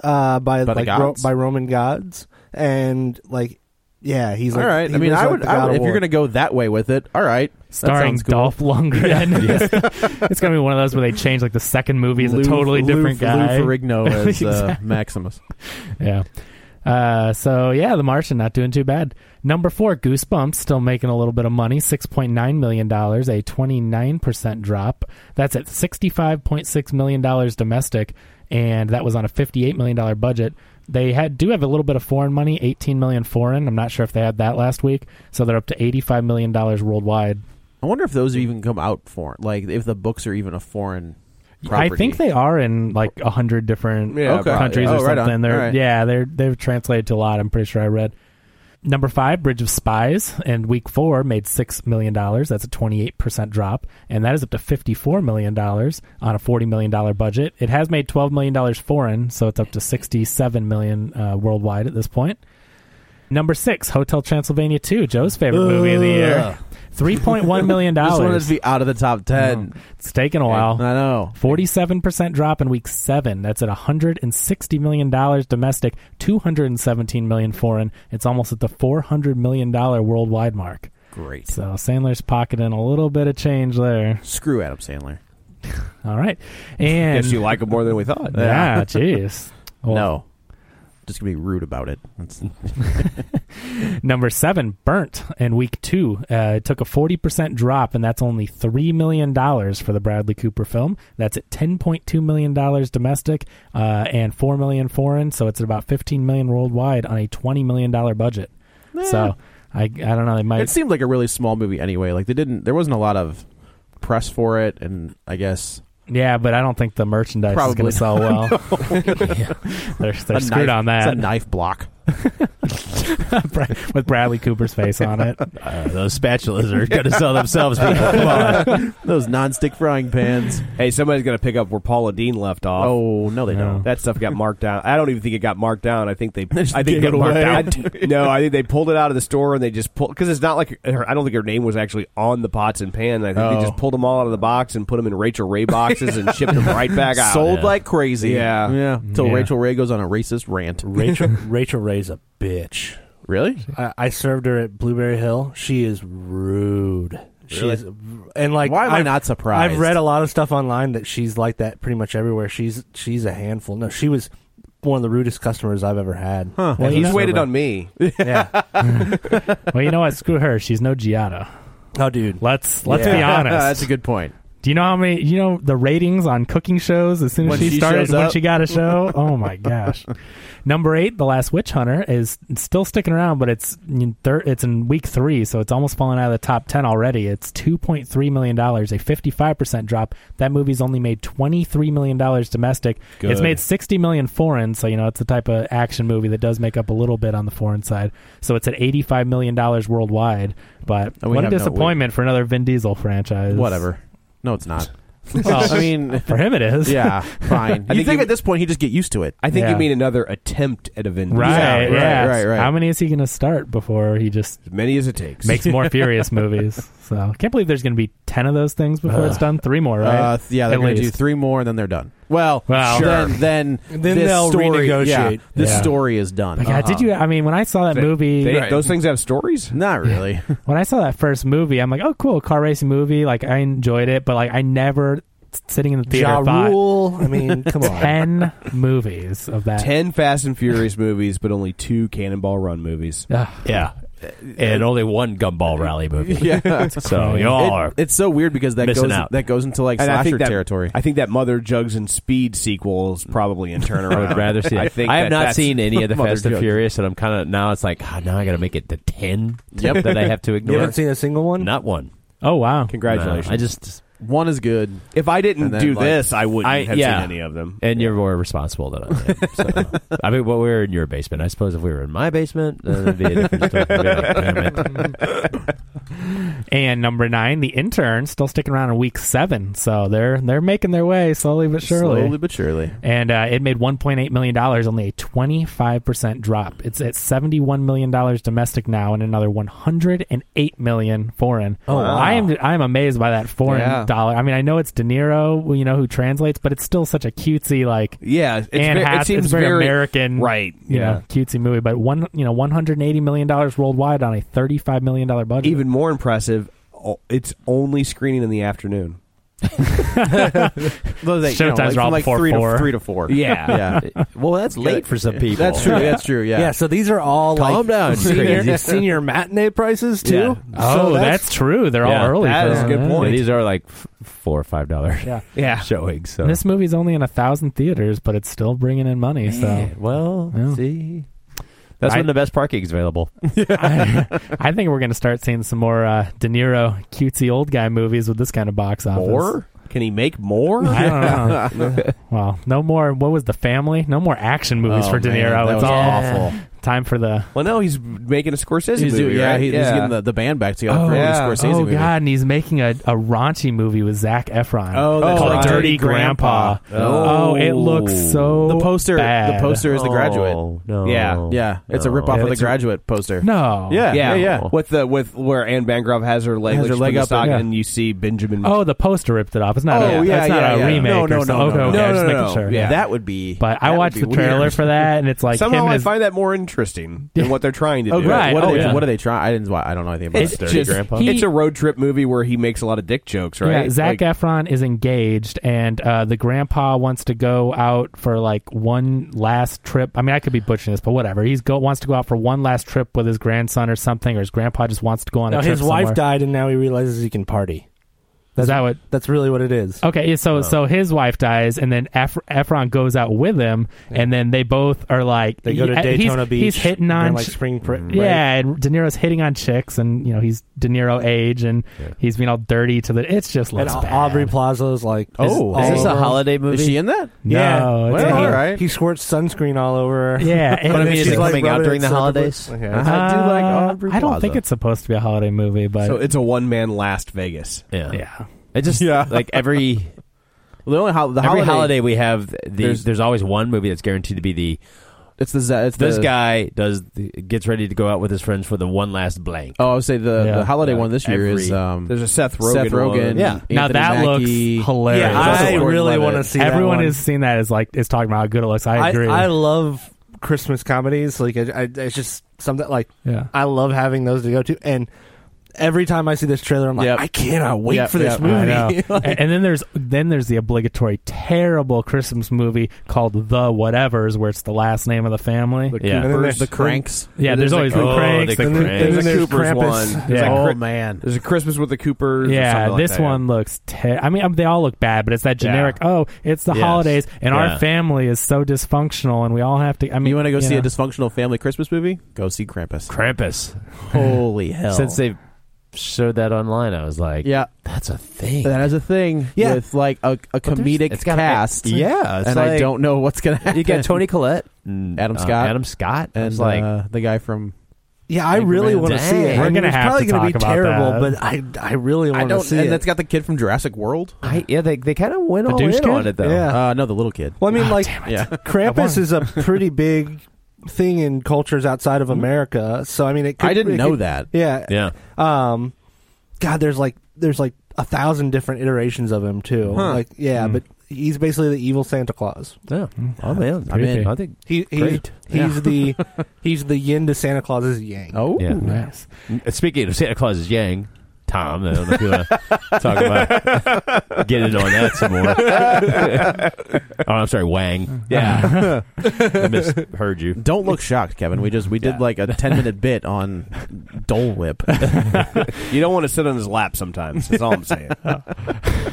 S4: uh, by,
S6: By the
S4: like Ro-
S6: gods?
S4: by Roman gods and like yeah he's like,
S6: all right.
S4: he
S6: I mean,
S4: was,
S6: I
S4: like,
S6: would.
S4: the
S6: I
S4: god
S6: would
S4: of
S6: if you're
S4: war.
S6: gonna go that way with it, all right. That
S2: starring
S6: sounds cool.
S2: Dolph Lundgren. it's gonna be one of those where they change like the second movie is a
S6: Lou-
S2: totally
S6: Lou-
S2: different guy.
S6: Lou Ferrigno as uh,
S2: Exactly.
S6: Maximus.
S2: Yeah. Uh, so yeah, The Martian not doing too bad. Number four, Goosebumps still making a little bit of money, six point nine million dollars, a twenty nine percent drop. That's at sixty five point six million dollars domestic, and that was on a fifty eight million dollar budget. They had do have a little bit of foreign money, eighteen million foreign. I'm not sure if they had that last week, so they're up to eighty five million dollars worldwide.
S6: I wonder if those even come out foreign. Like if the books are even a foreign. Property.
S2: I think they are in like a hundred different
S1: Yeah, Okay.
S2: countries
S6: probably.
S2: or
S6: Oh, right on.
S2: something. They're
S6: All right.
S2: yeah, they're they've translated to a lot. I'm pretty sure I read. Number five, Bridge of Spies, and week four made six million dollars. That's a twenty eight percent drop, and that is up to fifty four million dollars on a forty million dollar budget. It has made twelve million dollars foreign, so it's up to sixty seven million uh, worldwide at this point. Number six, Hotel Transylvania two, Joe's favorite movie of the year, three point one million
S6: just wanted
S2: dollars.
S6: to be out of the top ten.
S2: it's taken a while.
S6: I know.
S2: 47% drop in week 7 that's at 160 million dollars domestic 217 million foreign it's almost at the 400 million dollar worldwide mark
S6: Great.
S2: so sandler's pocketing a little bit of change there
S6: Screw Adam Sandler.
S2: all right and
S1: guess you like them more than we thought.
S2: yeah jeez Well,
S6: no. Just gonna be rude about it. That's-
S2: number seven burnt in week two uh, it took a 40% drop and that's only $3 million for the bradley cooper film that's at $10.2 million domestic uh, and $4 million foreign so it's at about $15 million worldwide on a $20 million budget so I, I don't know they might
S6: it seemed like a really small movie anyway. Like they didn't. There wasn't a lot of press for it, and I guess
S2: yeah but i don't think the merchandise
S6: Probably
S2: is going to sell well they're, they're
S6: a
S2: screwed
S6: knife-
S2: on
S6: It's a
S2: that
S6: knife block.
S2: Bra- with Bradley Cooper's face on it.
S5: Uh, those spatulas are going to sell themselves. People. Come on.
S6: Those non-stick frying pans.
S1: Hey, somebody's going to pick up where Paula Dean left off.
S6: Oh no, they don't.
S1: That stuff got marked down. I don't even think it got marked down. I think they. I think
S6: gave it away.
S1: I- no, I think they pulled it out of the store and they just pulled because it's not like her, I don't think her name was actually on the pots and pans. I think
S6: Oh.
S1: they just pulled them all out of the box and put them in Rachel Ray boxes and shipped them right back out.
S6: Sold like crazy.
S1: Yeah.
S6: yeah. Till
S2: Yeah.
S6: Rachel Ray goes on a racist rant.
S7: Rachel Rachel Ray's a bitch.
S6: Really?
S7: I, I served her at Blueberry Hill. She is rude. She is, and like
S6: Why am I
S7: I've-
S6: not surprised?
S7: I've read a lot of stuff online that she's like that pretty much everywhere. She's she's a handful. No, she was one of the rudest customers I've ever had. Huh.
S1: Well, he's waited on me.
S7: Yeah.
S2: Well, you know what? Screw her. She's no Giada.
S7: Oh, dude.
S2: Let's let's be
S6: Uh, That's
S2: honest.
S6: a good point.
S2: Do you know how many? You know the ratings on cooking shows as soon as
S6: When
S2: she,
S6: she
S2: started
S6: shows
S2: when
S6: up.
S2: she got a show. Oh my gosh! Number eight, The Last Witch Hunter is still sticking around, but it's in thir- it's in week three, so it's almost fallen out of the top ten already. It's two point three million dollars, a fifty five percent drop. That movie's only made twenty three million dollars domestic. It's
S5: Good.
S2: made sixty million foreign, so you know it's the type of action movie that does make up a little bit on the foreign side. So it's at eighty five million dollars worldwide. But
S6: And we
S2: what a
S6: have no- we-
S2: disappointment for another Vin Diesel franchise.
S6: Whatever. No, it's not.
S2: Well,
S6: I mean,
S2: for him it is.
S6: yeah, fine. You
S1: think
S6: think,
S1: you-
S6: at this point he just get used to it?
S1: I think
S2: Yeah.
S1: you mean another attempt at a Vin Diesel.
S2: Right. Yeah,
S6: right, right, right.
S2: How many is he going to start before he just
S1: As many as it takes.
S2: makes more Furious movies? So can't believe there's going to be ten of those things before it's done. Three more, right?
S6: Uh, th- yeah, they're
S2: At
S6: going to do
S2: least.
S6: three more, and then they're done. Well,
S2: Well, Sure.
S6: then then,
S7: then
S6: this
S7: they'll
S6: story, yeah,
S7: renegotiate.
S6: this
S2: Yeah.
S6: story is done.
S2: But yeah, did you? I mean, when I saw that movie,
S1: They- Those things have stories.
S6: Not really.
S2: when I saw that first movie, I'm like, oh, cool, car racing movie. Like I enjoyed it, but like I never s- sitting in the theater
S7: Ja
S2: thought
S7: Rule. I mean, come on.
S2: ten movies of that.
S1: Ten Fast and Furious movies, but only two Cannonball Run movies.
S2: Ugh.
S5: Yeah, and only one gumball rally movie. Yeah, so
S2: crazy.
S1: Oh,
S5: y'all
S6: It-
S5: are.
S6: it's so weird because that
S5: Missing
S6: goes
S5: out.
S6: that goes into like
S1: And I
S6: slasher
S1: think that,
S6: territory.
S1: I think that Mother Jugs and Speed sequel is probably in turnaround.
S5: I would rather see. It.
S1: I think
S5: I have
S1: that
S5: not
S1: that's-
S5: seen any of the
S6: Mother
S5: Fast and
S6: Jones.
S5: Furious, and I'm kind of now. It's like ah, now I got to make it to ten. Yep, that I have to
S7: You
S5: ignore.
S7: haven't seen a single one?
S5: Not one.
S2: Oh wow!
S1: Congratulations.
S5: No, I just
S6: One is good.
S1: if I didn't
S6: And then,
S1: do
S6: like-
S1: this, I wouldn't
S5: I-
S1: have
S5: yeah.
S1: seen any of them.
S5: and you're more responsible than I am. So. I mean, well, we were in your basement. I suppose if we were in my basement, then it'd be a different story. Damn it.
S2: And number nine, the intern, still sticking around in week seven, so they're they're making their way slowly but surely.
S6: Slowly but surely.
S2: and uh, it made 1.8 million dollars, only a 25 percent drop. It's at 71 million dollars domestic now, and another 108 million foreign. Oh, I am I am amazed by that foreign
S1: Yeah.
S2: dollar. I mean, I know it's De Niro, you know, who translates, but it's still such a cutesy like.
S1: Yeah, it's
S2: Anne
S1: ve-
S2: Hath-
S1: it seems
S2: it's very, American,
S1: right?
S2: You know, cutesy movie, but one, you know, one hundred and eighty million dollars worldwide on a thirty-five million dollar budget.
S1: Even more impressive, o- it's only screening in the afternoon.
S6: Though they- you know,
S2: Showtime's
S6: like,
S2: are all
S6: from like
S2: before
S6: three
S2: four.
S6: to three to four.
S5: Yeah.
S6: yeah.
S5: Well, that's late for some people.
S6: That's true. That's true. Yeah.
S7: Yeah, so these are all
S5: Calm
S7: like
S5: down,
S7: senior,
S5: crazy.
S7: senior matinee prices too.
S2: oh, that's, true. They're
S5: Yeah,
S2: all early.
S1: that
S2: for
S1: is a good
S2: yeah.
S1: point.
S5: And these are like f- four or five dollar
S2: Yeah, yeah.
S5: showings. So
S2: And this movie's only in a thousand theaters, but it's still bringing in money. So
S5: Yeah, well,
S2: Yeah.
S5: see, that's
S2: I-
S5: when the best parking is available.
S2: I, I think we're going to start seeing some more uh, De Niro cutesy old guy movies with this kind of box office.
S1: More? Can he make more?
S2: I don't know. well, no more. What was the family? No more action movies
S6: Oh,
S2: for De
S6: man,
S2: Niro.
S6: that
S2: it's
S6: was
S2: all
S6: awful.
S2: time for the.
S1: Well, no, he's making a Scorsese
S6: He's
S1: movie.
S6: doing, yeah,
S1: right?
S6: he- he's getting the, the band back together for
S1: yeah.
S6: the Scorsese
S2: Oh
S6: movie.
S2: God! And he's making a, a raunchy movie with Zach Efron.
S6: Oh, that's
S2: called
S6: right.
S2: Dirty Grandpa. Oh. it looks so
S6: The poster,
S2: bad.
S6: the poster is the graduate.
S5: Oh, no.
S1: Yeah.
S6: Yeah, it's a
S5: No.
S6: rip off of the
S2: Oh. It's a-
S6: graduate poster.
S2: No.
S6: Yeah,
S1: yeah,
S6: yeah, yeah.
S1: With the with where Anne Bancroft has her leg,
S6: Has
S1: like,
S6: her
S1: she's
S6: leg
S1: in the
S6: up,
S1: sock,
S2: yeah.
S1: and you see Benjamin.
S2: Oh, the poster ripped it off. It's not.
S6: Oh,
S2: a,
S6: yeah,
S2: that's not
S6: yeah,
S2: a
S6: yeah.
S2: remake.
S6: No,
S2: or
S6: no, no,
S2: something.
S6: no,
S2: okay,
S6: no,
S2: okay,
S6: no,
S2: I'm just
S6: no,
S2: making
S6: no.
S2: sure.
S1: Yeah.
S6: That would be.
S2: But I
S6: that would
S2: watched
S6: be
S2: the
S6: weird.
S2: trailer for that, and it's like
S1: somehow
S2: him
S1: I
S2: as-
S1: find that more interesting than what they're trying to
S6: Oh,
S1: do.
S2: Right.
S6: What,
S2: Oh,
S6: are they,
S2: yeah.
S6: what are they trying? I didn't. I don't know anything about
S2: It's
S6: that.
S2: Dirty just- Grandpa. he-
S1: it's a road trip movie where he makes a lot of dick jokes, right?
S2: Yeah, Zach
S1: Like,
S2: Efron is engaged, and uh, the grandpa wants to go out for like one last trip. I mean, I could be butchering this, but whatever. He's go wants to go out for one last trip with his grandson or something, or his grandpa just wants to go on
S7: No,
S2: a trip.
S7: his wife
S2: somewhere.
S7: died, and now he realizes he can party.
S2: That's, that what?
S7: That's really what it is.
S2: Okay, yeah, so
S7: Oh.
S2: so his wife dies, and then Eph- Efron goes out with him, and then they both are like
S7: They go to
S2: he- uh, he's-
S7: Daytona Beach.
S2: He's hitting
S7: and
S2: on
S7: then, like
S2: ch-
S7: spring break.
S2: Yeah, and De Niro's hitting on chicks, and you know he's De Niro age, and he's being all dirty to the. It's just
S7: And
S2: looks bad.
S7: Aubrey Plaza's like,
S2: Oh.
S7: all
S2: Is this a
S7: over.
S2: holiday movie?
S6: Is she in that?
S7: Yeah,
S2: No, it's
S7: And
S2: not.
S7: he,
S2: All right.
S7: He squirts sunscreen all over. her.
S2: Yeah, But I
S7: And
S2: mean,
S7: she's,
S2: is it
S7: like,
S2: coming out
S7: rubbing
S2: during
S7: it
S2: the
S7: separately.
S2: holidays?
S7: Okay.
S2: Uh, I do like Aubrey I don't Plaza. think it's supposed to be a holiday movie, but
S1: so it's a one man last Vegas.
S5: Yeah.
S2: Yeah.
S5: It just like every
S6: the only ho- the
S5: every
S6: holiday-
S5: holiday we have the, there's
S6: There's-
S5: always one movie that's guaranteed to be the
S6: It's the za- it's
S5: this
S6: the-
S5: guy does the, gets ready to go out with his friends for the one last blank.
S6: Oh, I would say the,
S5: Yeah.
S6: the holiday
S5: Yeah.
S6: one this year
S5: Every-
S6: is um,
S5: There's a Seth Rogen
S6: Seth Rogen.
S5: one. Yeah.
S2: Now that
S6: Anthony Mackie.
S2: looks hilarious.
S7: Yeah, I really want to see.
S2: Everyone
S7: that one.
S2: has seen that is like is talking about how good it looks. I
S7: I,
S2: agree.
S7: I love Christmas comedies. Like, I, I, it's just something like
S2: Yeah.
S7: I love having those to go to. And every time I see this trailer, I'm like,
S2: Yep.
S7: I cannot wait
S2: Yep,
S7: for this
S2: yep. I
S7: movie.
S2: know. and, and then there's then there's the obligatory terrible Christmas movie called The Whatever's, where it's the last name of the family.
S6: The Yeah. Coopers, And then there's- the Cranks.
S2: Yeah,
S6: and
S2: there's,
S6: there's
S2: always
S6: the-
S2: the
S6: oh,
S2: cranks.
S6: the
S2: the
S6: Cranks.
S2: Cranks.
S6: And then there's
S2: Coopers
S6: Krampus.
S2: one.
S6: There's
S2: Yeah.
S6: a
S1: Oh,
S6: man,
S1: there's a Christmas with the Coopers. or
S2: Yeah,
S1: something like
S2: this
S1: that,
S2: one looks. Te- I mean, um, they all look bad, but it's that
S1: Yeah.
S2: generic. Oh, it's the
S6: Yes.
S2: holidays, and
S6: Yeah.
S2: our family is so dysfunctional, and we all have to. I mean,
S6: you want to go see
S2: know.
S6: a dysfunctional family Christmas movie? Go see Krampus.
S5: Krampus.
S6: Holy hell!
S5: Since they showed that online, I was like,
S6: yeah,
S5: that's a thing.
S6: That is a thing.
S5: Yeah.
S6: with like a, a comedic
S5: it's gotta-
S6: cast.
S5: yeah, it's
S6: and I
S5: like-
S6: don't know what's gonna happen.
S5: You got Tony Collette, and,
S6: Adam
S5: uh,
S6: Scott,
S5: Adam Scott, I
S6: and
S5: was like-
S6: uh, the guy from.
S7: yeah, I
S6: Anchorman.
S7: really want to see it.
S6: We're
S7: I mean,
S6: gonna
S7: it's
S6: have
S7: probably
S6: to
S7: gonna
S6: talk
S7: be
S6: about
S7: terrible,
S6: that.
S7: but I I really
S6: I
S7: want to
S6: don't,
S7: see
S6: and
S7: it.
S6: that's got the kid from Jurassic World.
S5: I, yeah, they they kind of went
S6: The
S5: all
S6: douche
S5: in
S6: kid?
S5: on it though.
S7: Yeah.
S6: Uh, no, the little kid.
S7: Well, I mean, like
S6: Yeah.
S7: Krampus is a pretty big thing in cultures outside of America. So I mean, it. Could,
S6: Mm-hmm. I didn't
S7: it
S6: know
S7: could-
S6: that.
S7: Yeah.
S5: Yeah.
S7: Um, God, there's like there's like a thousand different iterations of him too.
S5: Huh.
S7: Like, yeah,
S5: Hmm.
S7: but he's basically the evil Santa Claus.
S5: Yeah. I'm in. I'm
S2: Creepy.
S5: in. I think
S7: He, he's
S5: Great.
S7: he's
S5: Yeah.
S7: the he's the yin to Santa Claus's yang.
S6: Oh,
S5: Yeah.
S2: Nice.
S5: Uh, Speaking of Santa Claus's Yang, Tom, I don't know if you want to talk about get in on that some more. oh, I'm sorry, Wang.
S6: Yeah.
S5: I misheard you.
S6: Don't look shocked, Kevin. We just we did like a ten minute bit on Dole Whip.
S1: yeah. You don't want to sit on his lap sometimes. That's all I'm saying.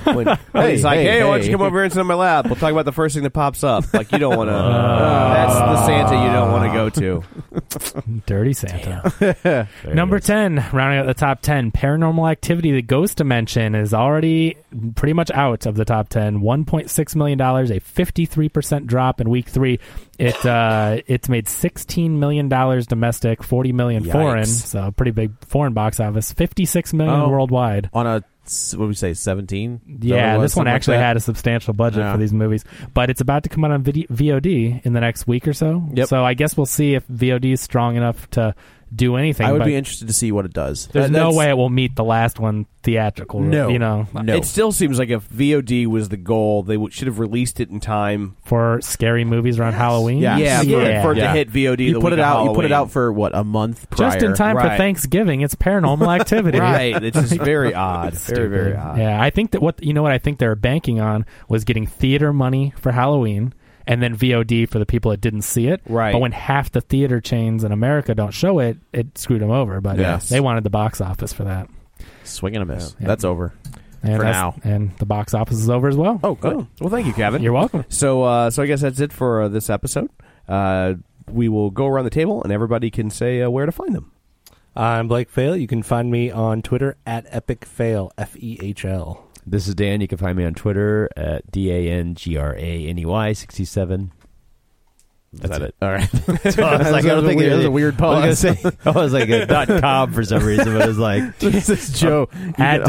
S1: When-
S6: Hey,
S1: he's like,
S6: hey,
S1: hey, why don't
S6: hey."
S1: you come over here and sit on my lap? We'll talk about the first thing that pops up. Like you don't want to.
S5: Uh,
S1: that's the Santa you don't want to go to.
S2: Dirty Santa.
S5: There
S2: Number 10, rounding out the top 10, Paranormal Activity, The Ghost Dimension is already pretty much out of the top 10. $1.6 million, a 53% drop in week three. It uh, It's made $16 million domestic, $40 million
S6: Yikes.
S2: foreign. So pretty big foreign box office, $56 million
S6: Oh.
S2: worldwide.
S6: on a s- what do we say seventeen?
S2: Yeah, this one actually had a substantial budget
S6: Yeah.
S2: for these movies, but it's about to come out on video- VOD in the next week or so.
S6: Yep.
S2: So I guess we'll see if VOD is strong enough to do anything.
S6: I would
S2: but
S6: be interested to see what it does.
S2: There's
S6: That-
S2: no
S6: that's-
S2: way it will meet the last one theatrical.
S1: No,
S2: you know,
S1: It still seems like if VOD was the goal, they w- should have released it in time.
S2: for scary movies around Halloween.
S1: Yeah, yeah, for- for it to
S6: Yeah.
S1: hit VOD.
S6: You
S1: the week
S6: put it
S1: of
S6: out. You put it
S1: Halloween.
S6: out for what a month prior.
S2: Just in time for
S1: Right.
S2: Thanksgiving, it's paranormal activity.
S1: Right, it's just very odd. very, very
S2: Stupid.
S1: odd.
S2: Yeah, I think that what you know what I think they were banking on was getting theater money for Halloween and then VOD for the people that didn't see it.
S1: Right.
S2: But when half the theater chains in America don't show it, it screwed them over. But
S6: Yes.
S2: they wanted the box office for that.
S6: Swing and a miss.
S2: Yeah.
S6: That's over
S2: And
S6: for
S2: that's-
S6: now.
S2: and the box office is over as well.
S1: Oh, good. Well, thank you, Kevin.
S2: You're welcome.
S1: So, uh, so I guess that's it for uh, this episode. Uh, we will go around the table, and everybody can say uh, where to find them.
S7: I'm Blake Fail. You can find me on Twitter at Epic Fail F E H L.
S5: This is Dan. You can find me on Twitter at D A N G R A N E Y 67. That's it.
S6: All right.
S5: So I was like, I
S6: That was
S5: don't
S6: a weird-
S5: think it
S6: that was a weird
S5: I was, gonna say, I was like a dot com for some reason, but it was like
S6: Jesus, Joe.
S2: At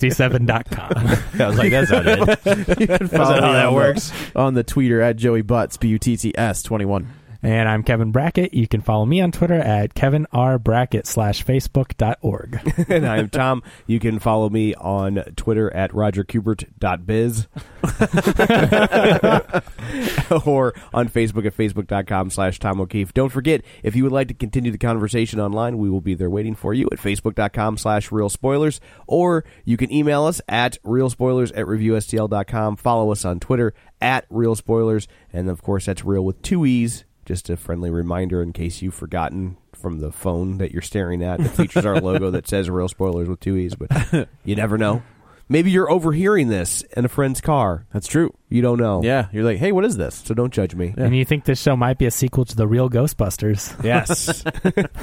S2: DanGrady67.com.
S5: I was like, that's not it.
S6: you can
S5: That's not how
S6: me
S5: that
S6: on
S5: works.
S6: the- on the Twitter at Joey Butts B U T T S twenty one.
S2: And I'm Kevin Brackett. You can follow me on Twitter at Kevin R Brackett slash Facebook dot org.
S1: and I am Tom. You can follow me on Twitter at rogerkubert.biz or on Facebook at facebook.com slash Tom O'Keefe. Don't forget, if you would like to continue the conversation online, we will be there waiting for you at facebook.com slash real spoilers, or you can email us at real spoilers at reviewstl.com. Follow us on Twitter at real spoilers. And of course, that's real with two E's. Just a friendly reminder in case you've forgotten from the phone that you're staring at. It features our logo that says real spoilers with two E's, but you never know. Maybe you're overhearing this in a friend's car.
S6: That's true.
S1: You don't know.
S6: Yeah, you're like, hey, what is this?
S1: So don't judge me.
S2: And you think this show might be a sequel to the real Ghostbusters?
S1: Yes.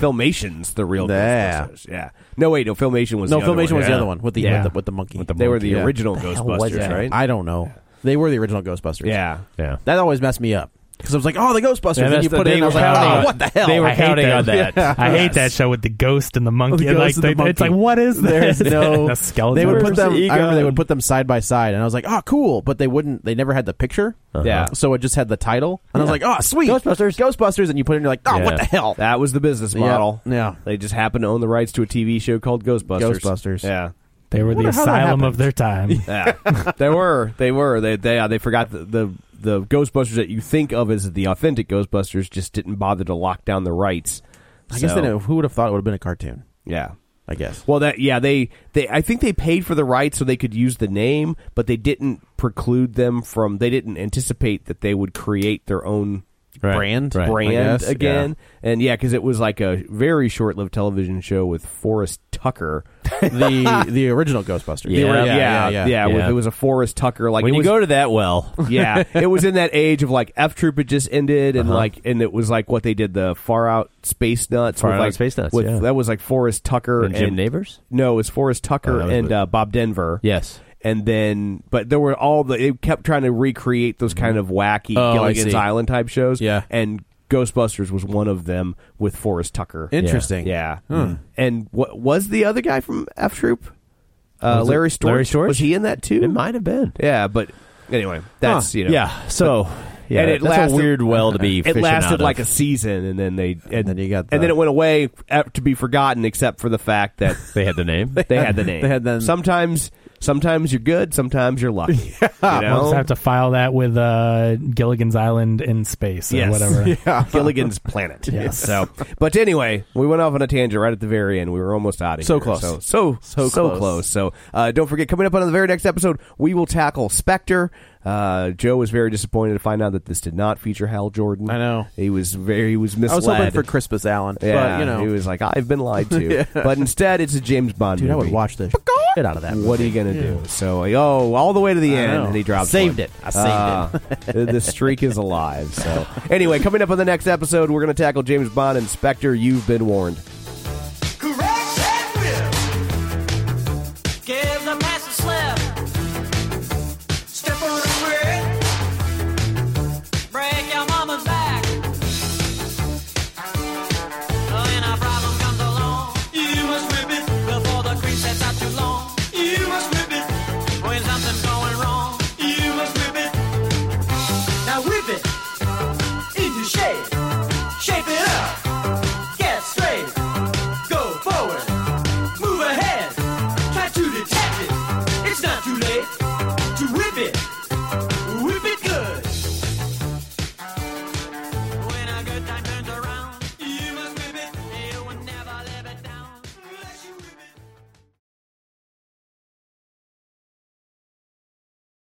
S1: Filmation's the real
S6: Yeah.
S1: Ghostbusters. Yeah. No, wait. No, Filmation was
S6: no,
S1: the other
S6: Filmation
S1: one.
S6: was
S1: Yeah.
S6: the other one with the
S1: Yeah.
S6: with the, with the monkey.
S1: With the They were monkey, the yeah. original
S6: What hell was
S1: Ghostbusters,
S6: that? Uh-huh.
S1: right?
S6: I don't know. They were the original Ghostbusters.
S1: Yeah.
S5: Yeah.
S6: that always messed me up because I was like, oh, the Ghostbusters,
S5: Yeah,
S6: and
S5: that's
S6: you
S5: the-
S6: put it
S5: they
S6: in, I was
S5: were
S6: like,
S5: counting
S6: oh,
S5: on-
S6: what the hell?
S5: they were
S6: I hate
S5: counting
S6: that.
S5: on that.
S6: Yeah.
S2: I hate that show with the ghost and the monkey.
S6: The
S2: like
S6: ghost and the
S2: they- it's
S6: monkey.
S2: like what is
S6: There's
S2: this?
S6: no
S2: the skeleton.
S6: They would put
S2: person?
S6: them. I remember they would put them side by side, and I was like, "Oh, cool!" But they wouldn't. They never had the picture.
S1: Yeah.
S6: So it just had the title, and I was like, "Oh, sweet,
S5: Uh-huh. Ghostbusters."
S6: Ghostbusters!" And you put it in, you're like, "Oh,
S1: Yeah.
S6: what the hell?"
S1: That was the business
S6: Yeah.
S1: model.
S6: Yeah.
S1: They just happened to own the rights to a TV show called Ghostbusters.
S6: Ghostbusters.
S1: Yeah.
S2: They were the
S6: wonder how that
S2: asylum of their time.
S1: Yeah, they were. They were. They they uh, they forgot the, the the Ghostbusters that you think of as the authentic Ghostbusters just didn't bother to lock down the rights.
S6: I guess
S1: So,
S6: they know, who would have thought it would have been a cartoon.
S1: Yeah.
S6: I guess.
S1: Well, that yeah they they I think they paid for the rights so they could use the name, but they didn't preclude them from. They didn't anticipate that they would create their own
S6: Brand,
S5: Right.
S1: brand
S6: I guess,
S1: again. And yeah, because it was like a very short-lived television show with Forrest Tucker.
S6: yeah. the the original Ghostbusters.
S5: Yeah.
S1: yeah,
S6: yeah,
S1: yeah, with-
S5: Yeah.
S1: it was a Forrest Tucker. Like
S5: When
S1: it
S5: you
S1: was-
S5: go to that well,
S1: yeah, it was in that age of like F Troop had just ended, and
S5: Uh-huh.
S1: like, and it was like what they did the Far Out Space Nuts,
S5: Far
S1: with,
S5: Out
S1: like,
S5: Space Nuts,
S1: with-
S5: yeah.
S1: That was like Forrest Tucker
S5: And Jim Neighbors? Oh,
S1: No, it was Forrest Tucker
S5: that was
S1: and
S5: the-
S1: uh, Bob Denver.
S5: Yes.
S1: and then but there were all the it kept trying to recreate those kind
S5: Mm-hmm.
S1: of wacky
S6: Oh, I
S1: Gilligan's
S6: see.
S1: Island type shows.
S6: Yeah.
S1: and Ghostbusters was one of them with Forrest Tucker.
S6: Interesting.
S1: yeah,
S5: Hmm.
S1: and what was the other guy from F Troop? Uh,
S5: Was it
S1: Larry Storch.
S5: Larry Storch?
S1: was he in that too?
S5: it might have been.
S1: Yeah, but anyway, that's you know
S5: yeah. So yeah,
S1: and it
S5: that's
S1: lasted,
S5: a weird well to be.
S1: It
S5: fishing
S1: lasted
S5: out of.
S1: like a season, and then they and,
S6: then you got
S1: and
S6: the-
S1: then it went away uh, to be forgotten, except for the fact that
S5: They had the name.
S1: they had the name.
S6: They had the-
S1: sometimes, sometimes you're good, sometimes you're lucky. You
S2: I'll just
S1: know?
S2: have to file that with uh, Gilligan's Island in space or
S1: Yes.
S2: whatever.
S1: Gilligan's Planet.
S2: Yes.
S1: So, but anyway, we went off on a tangent right at the very end. We were almost out of
S6: So
S1: here.
S6: close.
S1: So so so,
S6: So
S1: close.
S6: close.
S1: So uh, don't forget, coming up on the very next episode, we will tackle Spectre. Uh, Joe was very disappointed to find out that this did not feature Hal Jordan.
S6: I know.
S1: he was very he was
S6: I
S1: misled.
S6: was hoping for Crispus Allen,
S1: Yeah,
S6: but you know,
S1: he was like, "I've been lied to," but instead, it's a James Bond
S6: dude, I
S1: movie.
S6: would watch the shit out of that.
S1: What are you gonna do? So, oh, all the way to the
S6: I
S1: end,
S6: know.
S1: and he Uh, dropped.
S6: Saved it. I
S1: saved it. the streak is alive. So, anyway, coming up on the next episode, we're gonna tackle James Bond and Spectre. You've been warned.